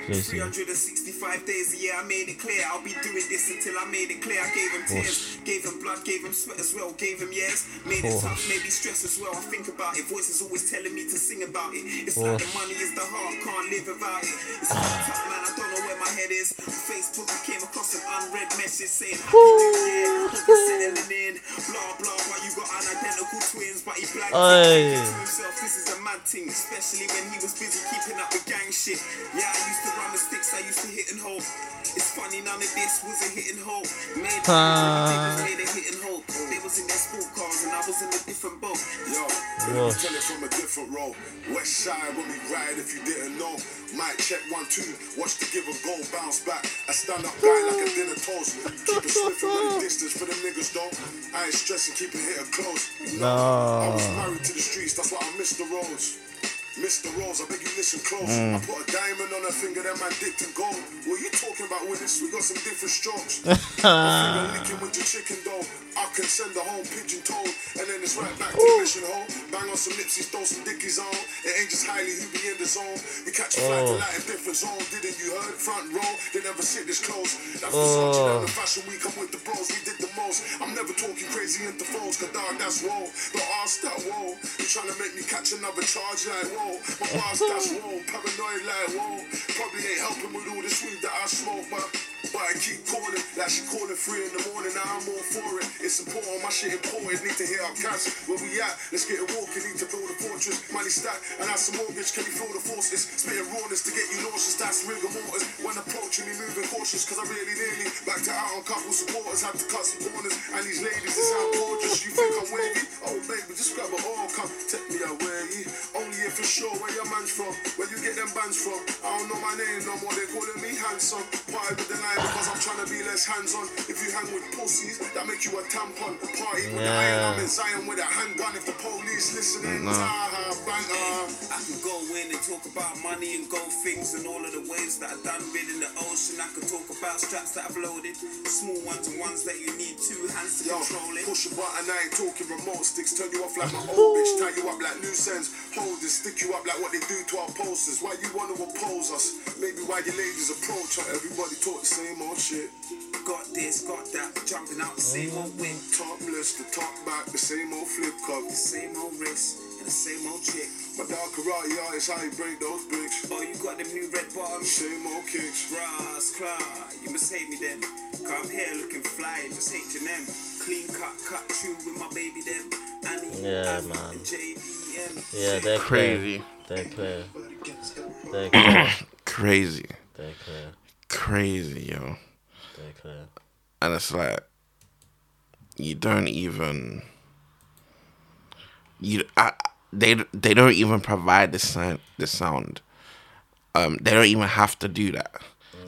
S1: Listen.
S5: 365 days a year, I made it clear. I'll be doing this until I made it clear. I gave him tears, gave him blood, gave him sweat as well, gave him years. Made it tough,
S1: Bush.
S5: made me stress as well. I think about it. Voices always telling me to sing about it. It's like the
S1: Bush.
S5: money is the heart, can't live without it. It's fucked up, man. I don't know where my head is. On Facebook, I came across an unread message saying, Happy New Year. Hope you're settling in. Blah, blah, why you got unidentical twins, but he black
S1: Aye.
S5: himself, this is a mad thing, especially when he was busy keeping up with gang shit. Yeah, I used to run with sticks, I used to hit and hope. It's funny, none of this was a hit and hope. Made
S1: Ah.
S5: made a hit and hope. They was in their sport cars and I was in a different boat.
S6: Yo,
S1: Whoa.
S6: let me tell it from a different row. West side when we ride, if you didn't know. Might check one, two, watch the give and go, bounce back. I stand up guy like a dinner toast. Keep it sniffing with the distance for them niggas, though. I ain't stressing, keep it hitting close. I was married to the streets, that's why I missed the roads. Mr. Rose, I beg you listen close. I put a diamond on her finger, then my dick to gold. What you talking about with this? We got some different strokes. My finger licking with your chicken though. I can send the whole pigeon toad, and then it's right back to the mission hole. Bang on some nipsies, throw some dickies on. It ain't just highly who be in the zone. We catch a flight
S1: Oh.
S6: to light a different zone. Didn't you heard front row? They never sit this close. That's Versace down the fashion week. I'm with the bros. We did the most. I'm never talking crazy intervals. Cause dog, that's whoa. But ask that whoa. You trying to make me catch another charge like whoa. My bars that's whoa. Paranoid like whoa. Probably ain't helping with all this weed that I smoke, but. But I keep calling, like she calling three in the morning. Now I'm all for it. It's important, my shit important. Need to hit our cats. Where we at? Let's get it walking. Need to build a fortress. Money stack, and have some mortgage. Can we feel the forces? Spitting rawness to get you nauseous. That's rigor mortis. When approaching, me moving cautious. Cause I really nearly back to out on couple supporters. Had to cut some corners. And these ladies, they sound gorgeous. You think I'm wavy? Oh, baby, just grab a all. Come take me away. Only if you're sure where your man's from. Where you get them bands from. I don't know my name no more. They calling me handsome. Why with the line? Because I'm trying to be less hands on. If you hang with pussies, that make you a tampon. Party with the iron. I'm in Zion with a handgun. If the police listening, ah, banter.
S5: I can go in and talk about money and gold things and all of the waves that I've done been in the ocean. I can talk about straps that I've loaded, small ones and ones that you need two hands to
S6: Yo,
S5: control it.
S6: push a button, I ain't talking remote sticks. Turn you off like my old bitch, tie you up like loose ends. Hold it, stick you up like what they do to our post. nonsense. Why you wanna oppose us? Maybe why your ladies approach her. Everybody talk the same old shit.
S5: Got this, got that, jumping out the same old wind,
S6: Topless, the top back, the same old flip cup.
S5: the same old wrist, and the same old chick.
S6: My dog karate artist, how you break those bricks.
S5: Oh, you got them new red bottoms,
S6: Same old kicks.
S5: brass claw. You must hate me then. Cause I'm here looking fly, just H&M. Clean cut, cut true with my baby them. Annie,
S1: Yeah,
S5: Abby,
S1: man.
S5: and E JDM.
S1: Yeah, they're
S2: Crazy.
S1: Clear. They're clear. [COUGHS] They're clear.
S2: Crazy.
S1: they're clear.
S2: Crazy, yo.
S1: They're clear.
S2: And it's like you don't even you I, they they don't even provide the sound the sound. Um, they don't even have to do that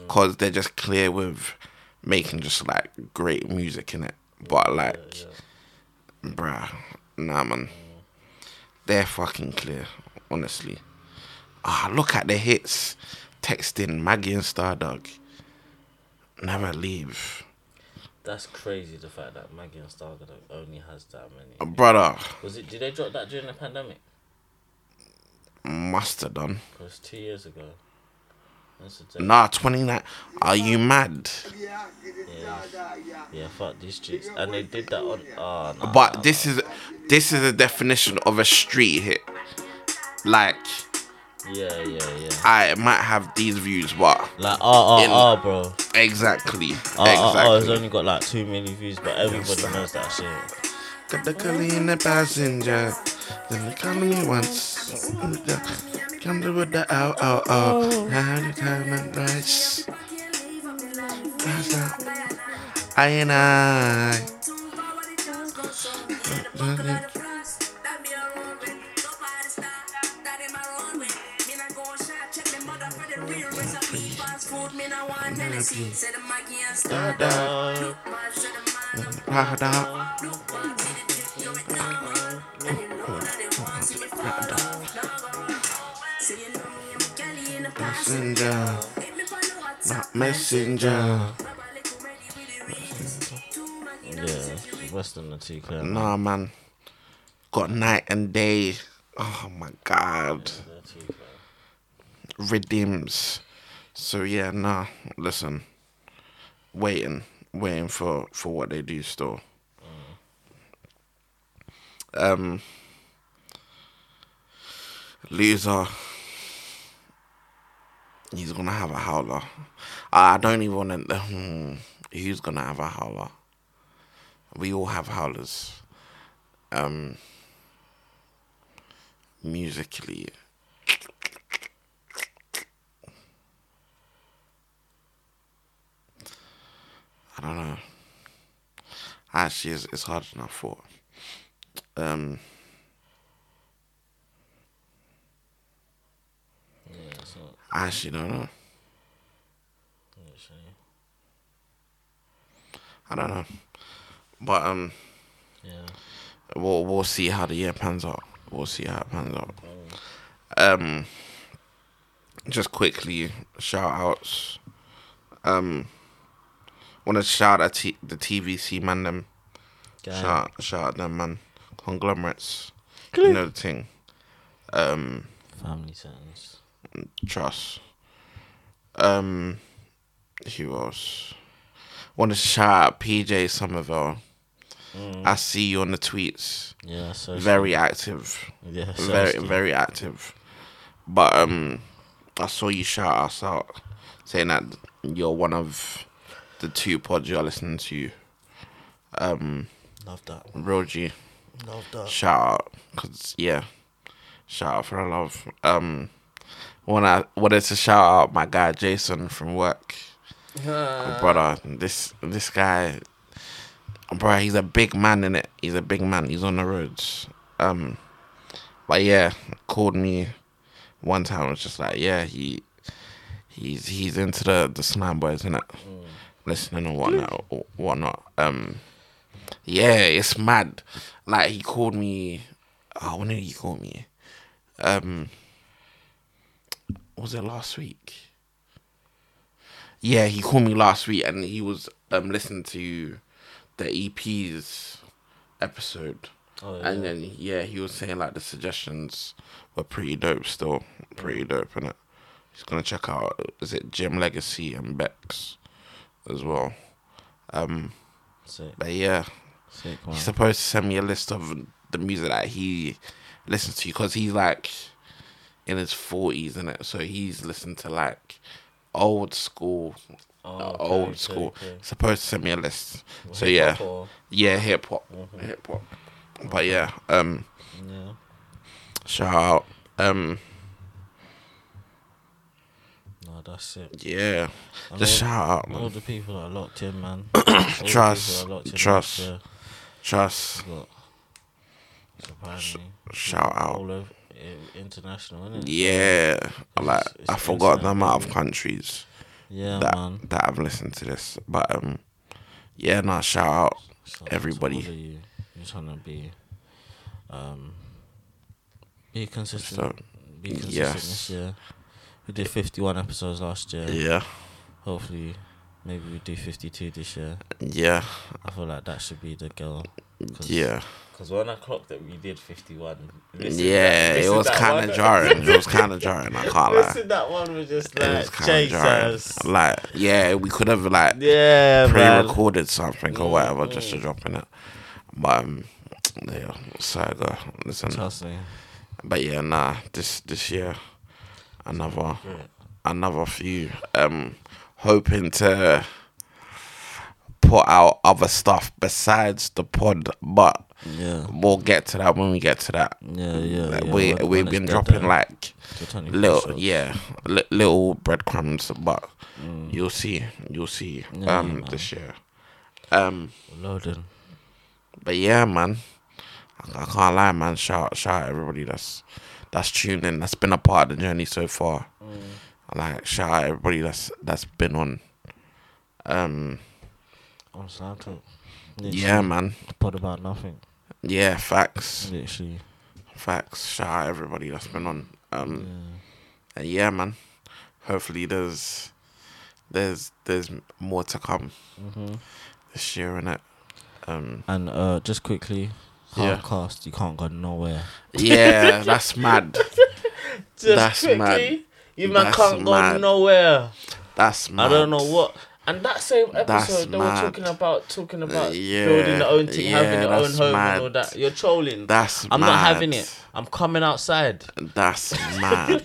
S2: because they're just clear with making just like great music in it. But like, bruh, nah, man, they're fucking clear, honestly. Ah, look at the hits. Texting Maggie and Stardog. Never leave.
S1: That's crazy. The fact that Maggie and Stargard only has that many.
S2: Brother,
S1: Was it? Did they drop that during the pandemic?
S2: must have done.
S1: Because two years ago. That's a
S2: um, Nah, 29. Are you mad?
S1: Yeah, fuck these streets. And they did that on. Oh, nah,
S2: But this is this is a definition of a street hit. Like,
S1: Yeah, yeah, yeah.
S2: I might have these views, but
S1: Like, oh,
S2: In-
S1: oh, oh, bro.
S2: exactly.
S1: Oh, oh, oh, it's
S2: Exactly.
S1: only got like 2 million views, but everybody knows that shit.
S2: Got the curly in the passenger. Then they call me once. Come to with the oh, oh, oh. Now you come and brush. I and I. Da-da. Da-da. Messenger. Not messenger.
S1: Yeah, Western are too clear.
S2: Nah, man. Got night and day. Oh my god.
S1: They're too clear.
S2: Redeems. So yeah, nah. Listen. Waiting. Waiting for, for what they do still. Um Loser. He's gonna have a howler. I I don't even wanna [LAUGHS] hmm, who's gonna have a howler. We all have howlers. Um musically. I don't know. Actually, it's, it's hard enough for. Um,
S1: Yeah, it's not.
S2: I actually don't know.
S1: Literally.
S2: I don't know. But um,
S1: Yeah.
S2: we'll we'll see how the year pans out. We'll see how it pans out. Um, just quickly shout outs. Um, want to shout at t- the TVC man them.
S1: Gang.
S2: Shout shout out them man. Conglomerates. You know the thing. Um.
S1: Family sentence.
S2: Trust. Um, who else? Want to shout out PJ Somerville. I see you on the tweets.
S1: Yeah, so.
S2: Very active.
S1: Yeah, so
S2: Very very active. But um, I saw you shout us out, saying that you're one of the two pods you're listening to. Um,
S1: Love that.
S2: Real G,
S1: Love that.
S2: shout out, cause yeah, shout out for the love. Um, when I wanted to shout out my guy Jason from work, brother. This this guy, bro, he's a big man in it. He's a big man. He's on the roads. Um, but yeah, called me one time. and was just like, yeah, he he's he's into the the slam boys in it, listening and whatnot, whatnot. Um, yeah, it's mad. Like he called me. Oh, when did he call me? Um, was it last week? Yeah, he called me last week, and he was um listening to the EP's E episode,
S1: Oh,
S2: And then yeah, he was saying like the suggestions were pretty dope still. Pretty dope innit? He's gonna check out is it Jim Legacy and Bex as well. Um
S1: Sick,
S2: but yeah.
S1: sick
S2: He's
S1: man.
S2: supposed to send me a list of the music that he listens to because he's like in his forties and it, so he's listened to like old school,
S1: Oh,
S2: uh,
S1: okay,
S2: old
S1: okay,
S2: school.
S1: okay.
S2: Supposed to send me a list. so yeah,
S1: Hip-hop Mm-hmm. or-
S2: yeah, hip hop, hip hop. But yeah, um,
S1: Yeah.
S2: shout out, um,
S1: No, that's it.
S2: yeah,
S1: And
S2: just
S1: all-
S2: shout out,
S1: All
S2: man.
S1: the people that are locked in,
S2: [COUGHS]
S1: man. All the people
S2: Trust,
S1: that are locked in,
S2: trust.
S1: yeah.
S2: Trust,
S1: Got apparently
S2: shout out.
S1: all over i- international, innit?
S2: Yeah, like
S1: It's- it's
S2: I forgot the
S1: insane,
S2: amount of countries.
S1: Yeah,
S2: that
S1: man.
S2: that have listened to this. But um, yeah, no, shout out
S1: So-
S2: everybody.
S1: so what are you, you're trying to be, um, be consistent.
S2: So,
S1: be consistent
S2: yes.
S1: this year. We did 51 episodes last year.
S2: yeah,
S1: Hopefully, maybe we do 52 this year.
S2: yeah,
S1: I feel like that should be the goal.
S2: yeah,
S1: Because when I clocked it, we did 51.
S2: yeah. It was kind of jarring. It was kind
S1: [LAUGHS]
S2: of jarring. I can't lie.
S1: Listen, that one was just
S2: It was
S1: like,
S2: kind of jarring.
S1: Jesus.
S2: Like, yeah, we could have like
S1: Yeah, man.
S2: pre-recorded something or whatever just to drop in it. But um, yeah, saga. Listen,
S1: Trust me.
S2: but yeah, nah. This this year, another another few. Um, hoping to put out other stuff besides the pod, but
S1: Yeah.
S2: we'll get to that when we get to that.
S1: Yeah, yeah.
S2: Like,
S1: yeah.
S2: we
S1: When- when
S2: we've
S1: it's
S2: been
S1: dead,
S2: dropping
S1: then
S2: like
S1: the 24
S2: little
S1: shots.
S2: yeah li- little breadcrumbs, but you'll see you'll see
S1: Mm. Yeah,
S2: um
S1: man.
S2: this year. Um,
S1: Loading.
S2: but yeah, man, I, I can't lie, man. Shout shout out everybody that's that's tuned in. That's been a part of the journey so far.
S1: Mm.
S2: Like shout out everybody that's that's been on. Um,
S1: On Snapchat.
S2: yeah, man.
S1: Pod about nothing.
S2: Yeah, facts,
S1: Literally.
S2: facts. Shout out everybody that's been on. Um, and yeah, man. Hopefully, there's there's there's more to come
S1: Mm-hmm.
S2: this year, innit? Um,
S1: And uh, just quickly,
S2: Yeah.
S1: hardcast, you can't go nowhere. [LAUGHS]
S2: yeah, that's mad.
S1: Just
S2: That's quickly, mad.
S1: you
S2: man That's can't go mad.
S1: nowhere.
S2: That's mad.
S1: I don't know what. And that same episode,
S2: That's
S1: they
S2: mad.
S1: were talking about talking about
S2: yeah,
S1: building your own thing,
S2: yeah,
S1: having your own
S2: that's
S1: home,
S2: mad.
S1: and all that. You're trolling.
S2: That's
S1: I'm not having
S2: mad.
S1: it. I'm coming outside.
S2: That's
S1: [LAUGHS]
S2: mad.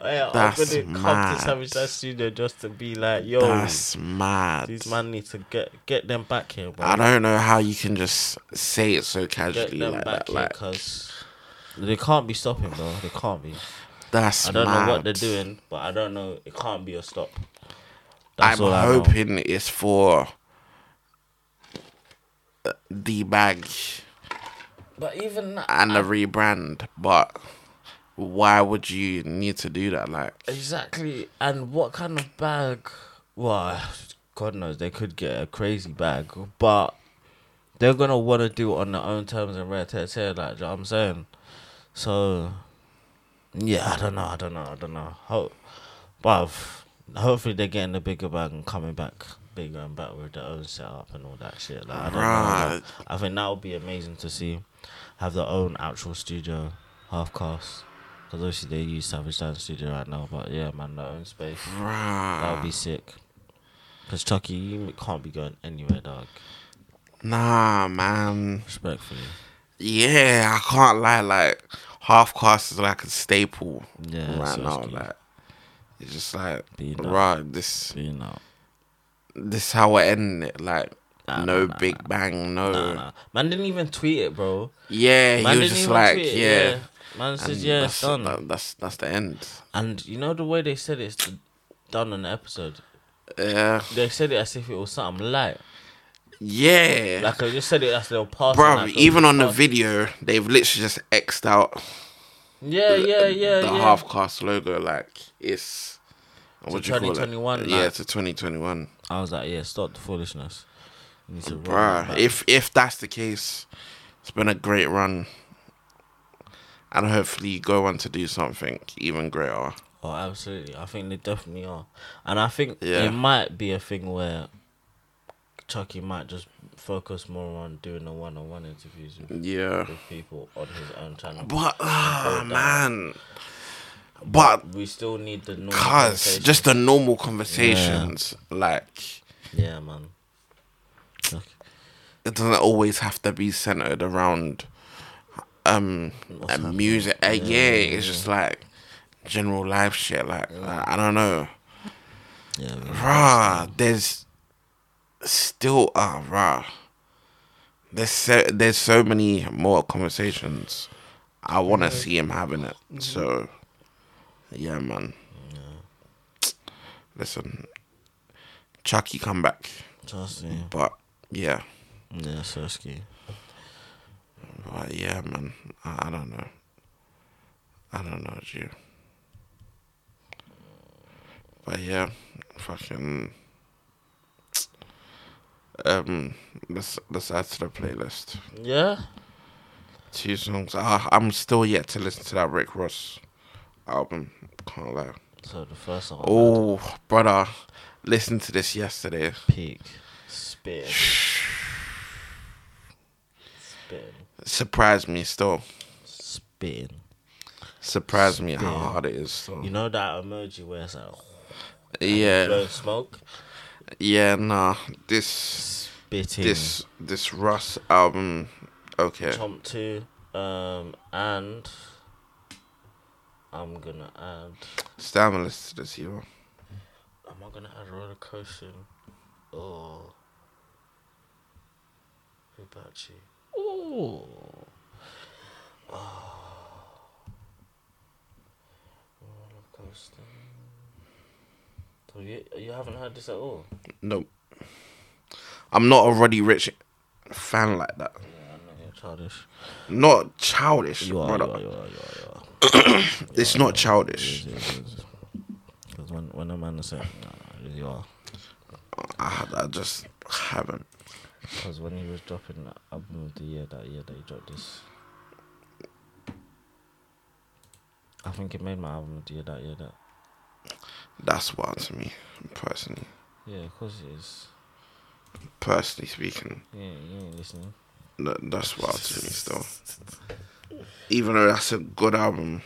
S1: Yeah,
S2: That's
S1: I'm gonna come
S2: mad.
S1: to Savage Life Studio just to be like, yo,
S2: That's mad.
S1: Oh. these man need to get get them back here, bro.
S2: I don't know how you can just say it so
S1: get
S2: casually
S1: them
S2: like
S1: back
S2: that.
S1: here
S2: Like
S1: 'cause they can't be stopping, bro. They can't be.
S2: that's
S1: I don't
S2: mad.
S1: know what they're doing, but I don't know. It can't be a stop.
S2: I'm
S1: all I know.
S2: hoping it's for the bag
S1: But even that,
S2: and a rebrand, but why would you need to do that? Like,
S1: exactly. And what kind of bag? Well, God knows they could get a crazy bag, but they're gonna want to do it on their own terms and red tear tear. Like do you know what I'm saying. So, yeah, I don't know. I don't know. I don't know. Hope, but hopefully they're getting a bigger bag and coming back bigger and back with their own setup and all that shit. Like I don't know.
S2: Right.
S1: I think that would be amazing to see. Have their own actual studio, half cast. Because obviously they use Savage Dance Studio right now, but yeah, man, their own space. That would
S2: bruh,
S1: be sick. Because Chucky, you can't be going anywhere, dog.
S2: nah, man.
S1: Respectfully.
S2: Yeah, I can't lie. Like, half cast is like a staple
S1: Yeah,
S2: right
S1: so
S2: now.
S1: it's good.
S2: Like, it's just like,
S1: Be nice.
S2: right, this
S1: But you know.
S2: this how I end it. Like, no big bang, no.
S1: Nah, nah. Man didn't even tweet it, bro.
S2: Yeah,
S1: Man
S2: he
S1: didn't
S2: was just
S1: even
S2: like,
S1: tweet it,
S2: yeah.
S1: Man
S2: And
S1: says, yeah,
S2: that's,
S1: it's done.
S2: that- that's that's the end.
S1: And you know the way they said it's d- done on the episode?
S2: Yeah,
S1: They said it as if it was something light.
S2: yeah.
S1: Like, I just said it as they were passing.
S2: Bruv,
S1: like,
S2: even on the
S1: pass-
S2: video, they've literally just X'd out
S1: Yeah, yeah, yeah,
S2: the
S1: yeah.
S2: half cast logo. Like it's what do you call it?
S1: 2021,
S2: Yeah,
S1: like.
S2: to twenty twenty one.
S1: I was like, yeah, stop the foolishness. You need to roll it
S2: Bruh,
S1: back.
S2: if if that's the case, it's been a great run. And hopefully you go on to do something even greater.
S1: Oh, absolutely. I think they definitely are, and I think
S2: Yeah.
S1: it might be a thing where Chucky might just focus more on doing the one-on-one interviews with,
S2: Yeah.
S1: with people on his own channel.
S2: But ah
S1: down.
S2: man. But
S1: we still need the normal
S2: cuz
S1: conversation.
S2: just the normal conversations, like
S1: yeah, man. Like,
S2: it doesn't always have to be centered around um uh, music. Uh, yeah, it's just like general life shit. Like, like, I don't know,
S1: yeah, man.
S2: rah. There's still ah rah. There's so, there's so many more conversations. I want to see him having it. So, yeah, man. Listen, Chucky come back,
S1: trust me.
S2: but yeah.
S1: Yeah, Sersky.
S2: But yeah, man, I, I don't know. I don't know, Jew. But yeah, fucking. Um, let's let's add to the playlist.
S1: Yeah.
S2: Two songs. Ah, I'm still yet to listen to that Rick Ross album. Can't lie.
S1: So the first song. Oh,
S2: Oh, brother, listened to this yesterday.
S1: peak. Spin. Spin.
S2: Surprised me still.
S1: Spin.
S2: Surprised me how
S1: Still.
S2: hard it is. Still.
S1: You know that emoji where it's like
S2: yeah,
S1: blowing smoke,
S2: yeah, nah. This
S1: spitting.
S2: this this Russ album. Okay.
S1: Chomp two. Um, and I'm gonna add.
S2: Stamulus to this hero.
S1: Am I gonna add roller coaster? Oh. Hibachi. Ooh. Ah. Roller coaster. So you, you haven't heard this at all?
S2: Nope. I'm not already rich fan like that.
S1: Yeah, I know you're childish.
S2: Not childish,
S1: You are, you
S2: brother.
S1: are, you are, you are, you are.
S2: It's not childish.
S1: Because when, when a man is saying, nah, you are.
S2: I, I just haven't.
S1: Because when he was dropping that album of the year, that year that he dropped this. I think it made my album of the year that year that.
S2: That's wild to me, personally.
S1: Yeah, of course it is.
S2: Personally speaking,
S1: Yeah, you ain't listening.
S2: tha- that's wild to me still. Even though that's a good album.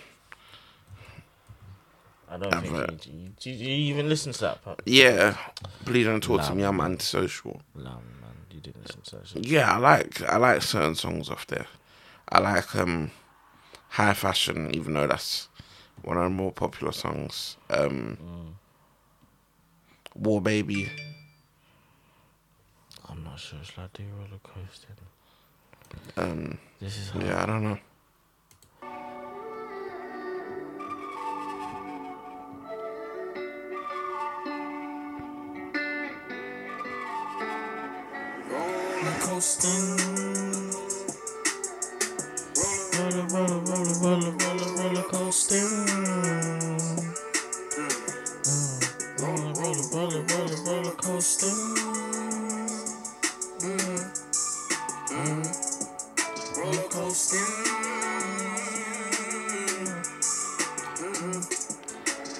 S1: I don't
S2: I've
S1: think
S2: heard.
S1: you, you, you, you even listen to that part.
S2: Yeah. Please don't talk
S1: Nah.
S2: to me. I'm antisocial.
S1: Nah, man, you didn't listen to that shit.
S2: Yeah, I like I like certain songs off there. I like um High Fashion, even though that's one of the more popular songs. Um War Baby.
S1: I'm not sure. Shall I do roller coaster?
S2: Um
S1: This is how
S2: yeah, I don't know.
S5: Roller coasting.
S1: roller, roller, roller, roller, roller, roller coaster. Mm. Uh, Roller, roller, roller, roller, roller coaster.
S5: Roller coasting.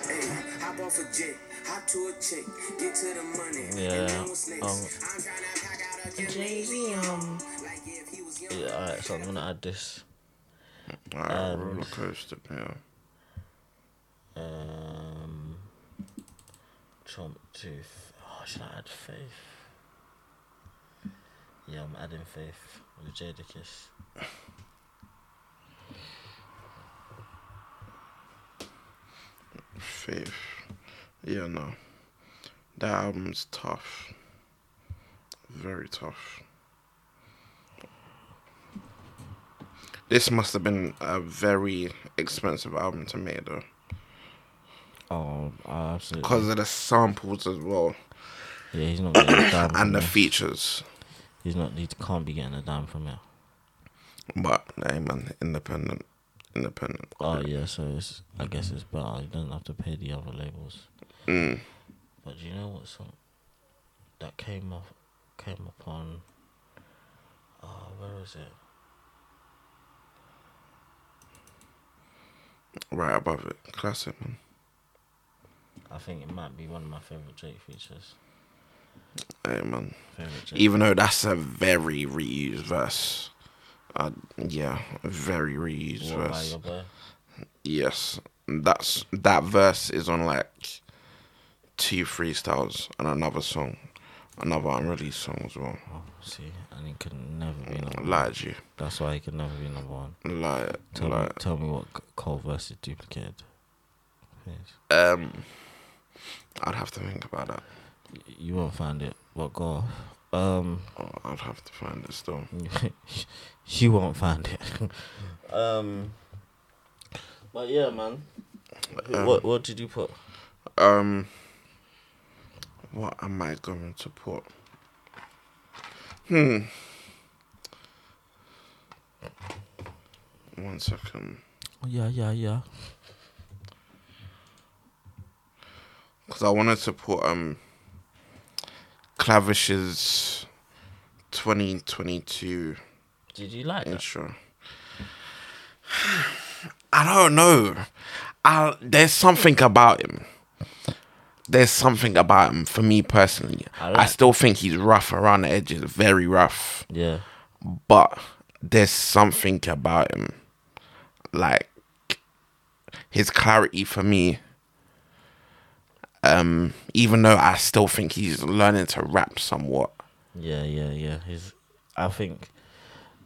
S7: Hey, hop off a jet, hop to a chick, get to the money.
S1: Yeah,
S7: And then what's next?
S1: um,
S7: I'm trying to pack out a
S5: E
S7: gymnasium. Like if he was young.
S1: Yeah, alright, so I'm gonna add this.
S2: Alright,
S1: Um,
S2: roller coaster, yeah.
S1: Um, Trump to. F- oh, should I add Faith? Yeah, I'm adding Faith with Jadakiss.
S2: Faith. Yeah, no. That album's tough. Very tough. This must have been a very expensive album to make though.
S1: Oh, absolutely.
S2: Because of the samples as well.
S1: yeah, he's not getting a dime.
S2: [COUGHS] and
S1: from
S2: the
S1: it.
S2: features.
S1: He's not. He can't be getting a dime from it.
S2: But hey man, independent, independent.
S1: Oh yeah, so it's. I guess it's better. He doesn't have to pay the other labels.
S2: Mm.
S1: But do you know what song that came off? Came upon. Oh, where was it?
S2: Right above it, classic man.
S1: I think it might be one of my favorite Drake features.
S2: Hey, man.
S1: Favorite Jay.
S2: Even though that's a very reused verse. Uh, yeah, a very reused
S1: What about
S2: verse.
S1: your boy?
S2: Yes, that's that verse is on like two freestyles and another song, another unreleased song as well.
S1: Oh, see, and he can never be number one.
S2: Lied to you,
S1: That's why he can never be number one.
S2: lied,
S1: Tell me,
S2: lied.
S1: tell me what C- Cole versus duplicated. Please.
S2: Um, I'd have to think about that.
S1: Y- You won't find it, but go. Um,
S2: Oh, I'd have to find it still.
S1: [LAUGHS] you won't find it. [LAUGHS] um, but yeah, man. what what did you put?
S2: Um, what am I going to put? Hmm. One second.
S1: Yeah, yeah, yeah.
S2: because I wanted to put um Clavish's 2022
S1: Did you like it?
S2: intro. [SIGHS] I don't know. I there's something about him. There's something about him for me personally.
S1: I
S2: I,
S1: like-
S2: still think he's rough around the edges, very rough.
S1: Yeah.
S2: But there's something about him, like his clarity for me. Um, even though I still think he's learning to rap somewhat.
S1: Yeah, yeah, yeah. He's. I think.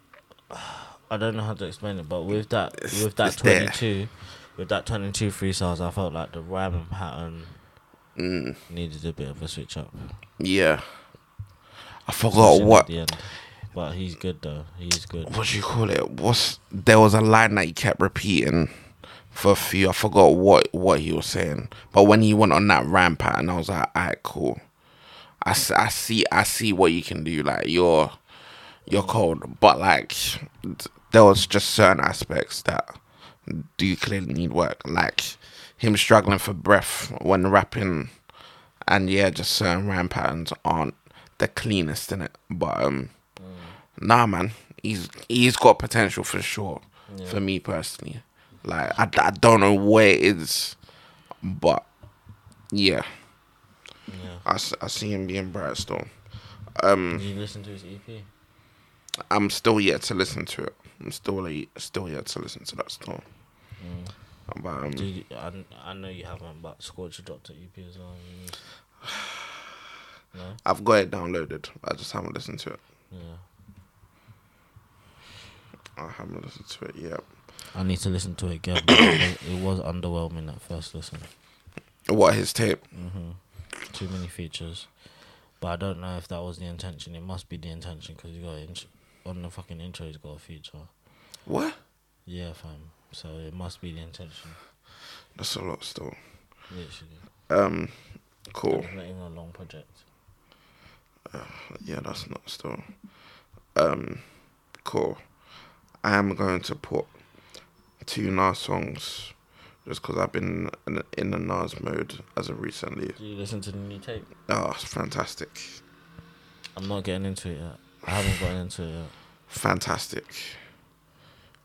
S1: [SIGHS] I don't know how to explain it, but with that,
S2: It's-
S1: with that
S2: it's there.
S1: twenty two, with that twenty two freestyles, I felt like the rhyming pattern
S2: Mm.
S1: needed a bit of a switch up.
S2: Yeah, I forgot
S1: Especially at
S2: what
S1: the end. But he's good though. He's good.
S2: what do you call it. What's there was a line that he kept repeating for a few. I forgot what what he was saying, but when he went on that rhyme pattern, I was like, alright, cool. I, s- I see I see what you can do. Like you're you're cold, but like th- there was just certain aspects that do clearly need work, like him struggling for breath when rapping, and yeah, just certain rhyme patterns aren't the cleanest in it. But um, nah, man, he's he's got potential for sure. For me personally, like I, I don't know where it is, but yeah,
S1: Yeah.
S2: I, s- I see him being bright still. Um,
S1: Did you listen to his E EP?
S2: I'm still yet to listen to it. I'm still like, still yet to listen to that song. But
S1: Mm. Do
S2: um,
S1: you, I, I know you haven't, but Scorch dropped an EP as well. You need-
S2: I've got it downloaded. I just haven't listened to it.
S1: Yeah.
S2: I haven't listened to it yet.
S1: I need to listen to it again. but it was- it was underwhelming at first listen.
S2: What his tape?
S1: Too many features, but I don't know if that was the intention. It must be the intention because you got an int- on the fucking intro. He's got a feature.
S2: What?
S1: Yeah, fam. So it must be the intention.
S2: That's a lot still.
S1: Literally,
S2: Um, cool.
S1: it's not even a long project.
S2: Yeah, that's not still. Um, cool. I am going to put two Nas songs just because I've been in, in the Nas mode as of recently.
S1: Do you listen to the new tape?
S2: Oh, it's fantastic.
S1: I'm not getting into it yet. I haven't gotten into it yet.
S2: fantastic.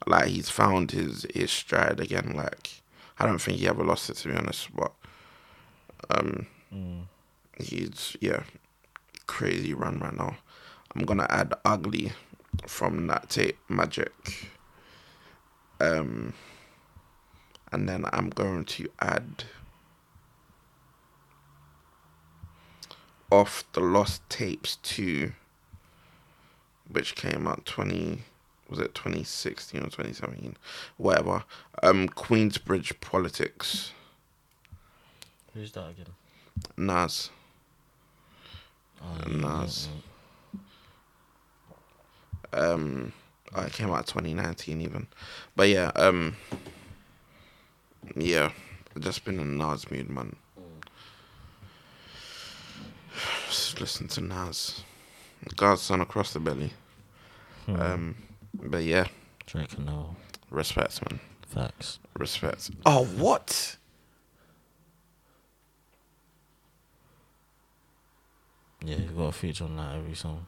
S2: Like he's found his his stride again. Like I don't think he ever lost it to be honest, but um, he's yeah, crazy run right now. I'm gonna add ugly from that tape magic. Um, and then I'm going to add off the lost tapes too which came out 20 was it 2016 or 2017 whatever um queensbridge politics
S1: Who's that again?
S2: nas
S1: Oh,
S2: And Nas. um oh, it came out 2019 even but yeah um yeah I've just been in nas mood man just listen to nas godson across the belly um but yeah
S1: Drake and Noel.
S2: respect man
S1: Facts.
S2: Respect. Oh, what?
S1: Yeah, you got a feature on that every song.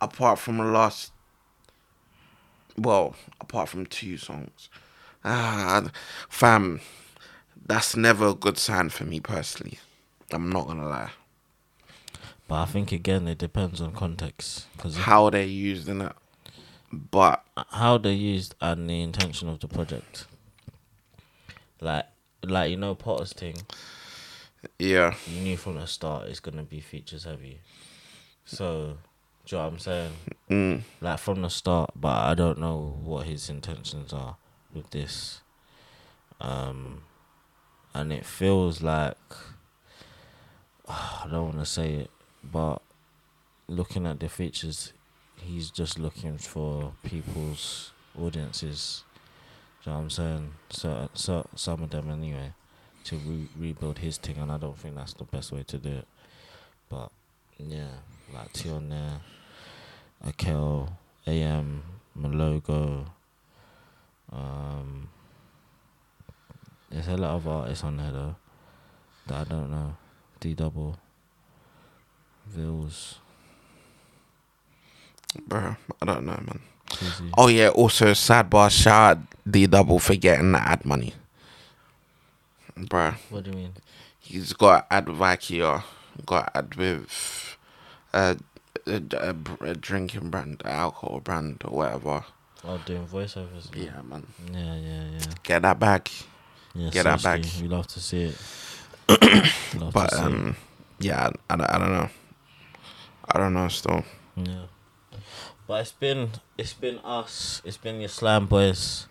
S2: Apart from the last, well, apart from two songs, ah, fam, that's never a good sign for me personally. I'm not gonna lie.
S1: But I think again it depends on context because
S2: How they're used in it, but
S1: how they're used and the intention of the project. Like, like you know, Potter's thing.
S2: yeah,
S1: You knew from the start it's gonna be features heavy. So, do you know what I'm saying?
S2: mm,
S1: Like from the start, but I don't know what his intentions are with this. Um, and it feels like [SIGHS] I don't want to say it, but looking at the features, he's just looking for people's audiences. Do you know what I'm saying? So, so some of them anyway, to re- rebuild his thing, and I don't think that's the best way to do it. But yeah, like T on there, Akel, AM, Malogo. Um, there's a lot of artists on there though that I don't know. D double, Vils.
S2: bro, I don't know, man.
S1: Crazy.
S2: Oh yeah, also sidebar shout out D double for getting the ad money, bro.
S1: What do you mean?
S2: He's got ad with Ikea, got ad with uh, a, a, a drinking brand, alcohol brand, or whatever.
S1: Oh, doing voiceovers. man.
S2: Yeah, man,
S1: Yeah, yeah, yeah.
S2: get that back.
S1: yeah
S2: Get that back.
S1: seriously, We love to
S2: [COUGHS]
S1: see it. love
S2: But
S1: to see
S2: um, yeah, I, I, don't- I don't know. I don't know still.
S1: it. Yeah. But it's been it's been us. It's been your slam boys.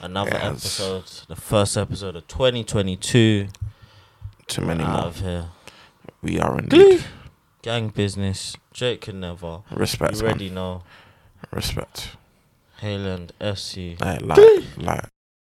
S1: Another
S2: Yes.
S1: episode, the first episode of 2022.
S2: Too many
S1: Out
S2: more.
S1: of here,
S2: We are indeed.
S1: gang business. Jake can never.
S2: Respect,
S1: you
S2: man.
S1: already know.
S2: Respect.
S1: Hayland FC.
S2: Like, like, like.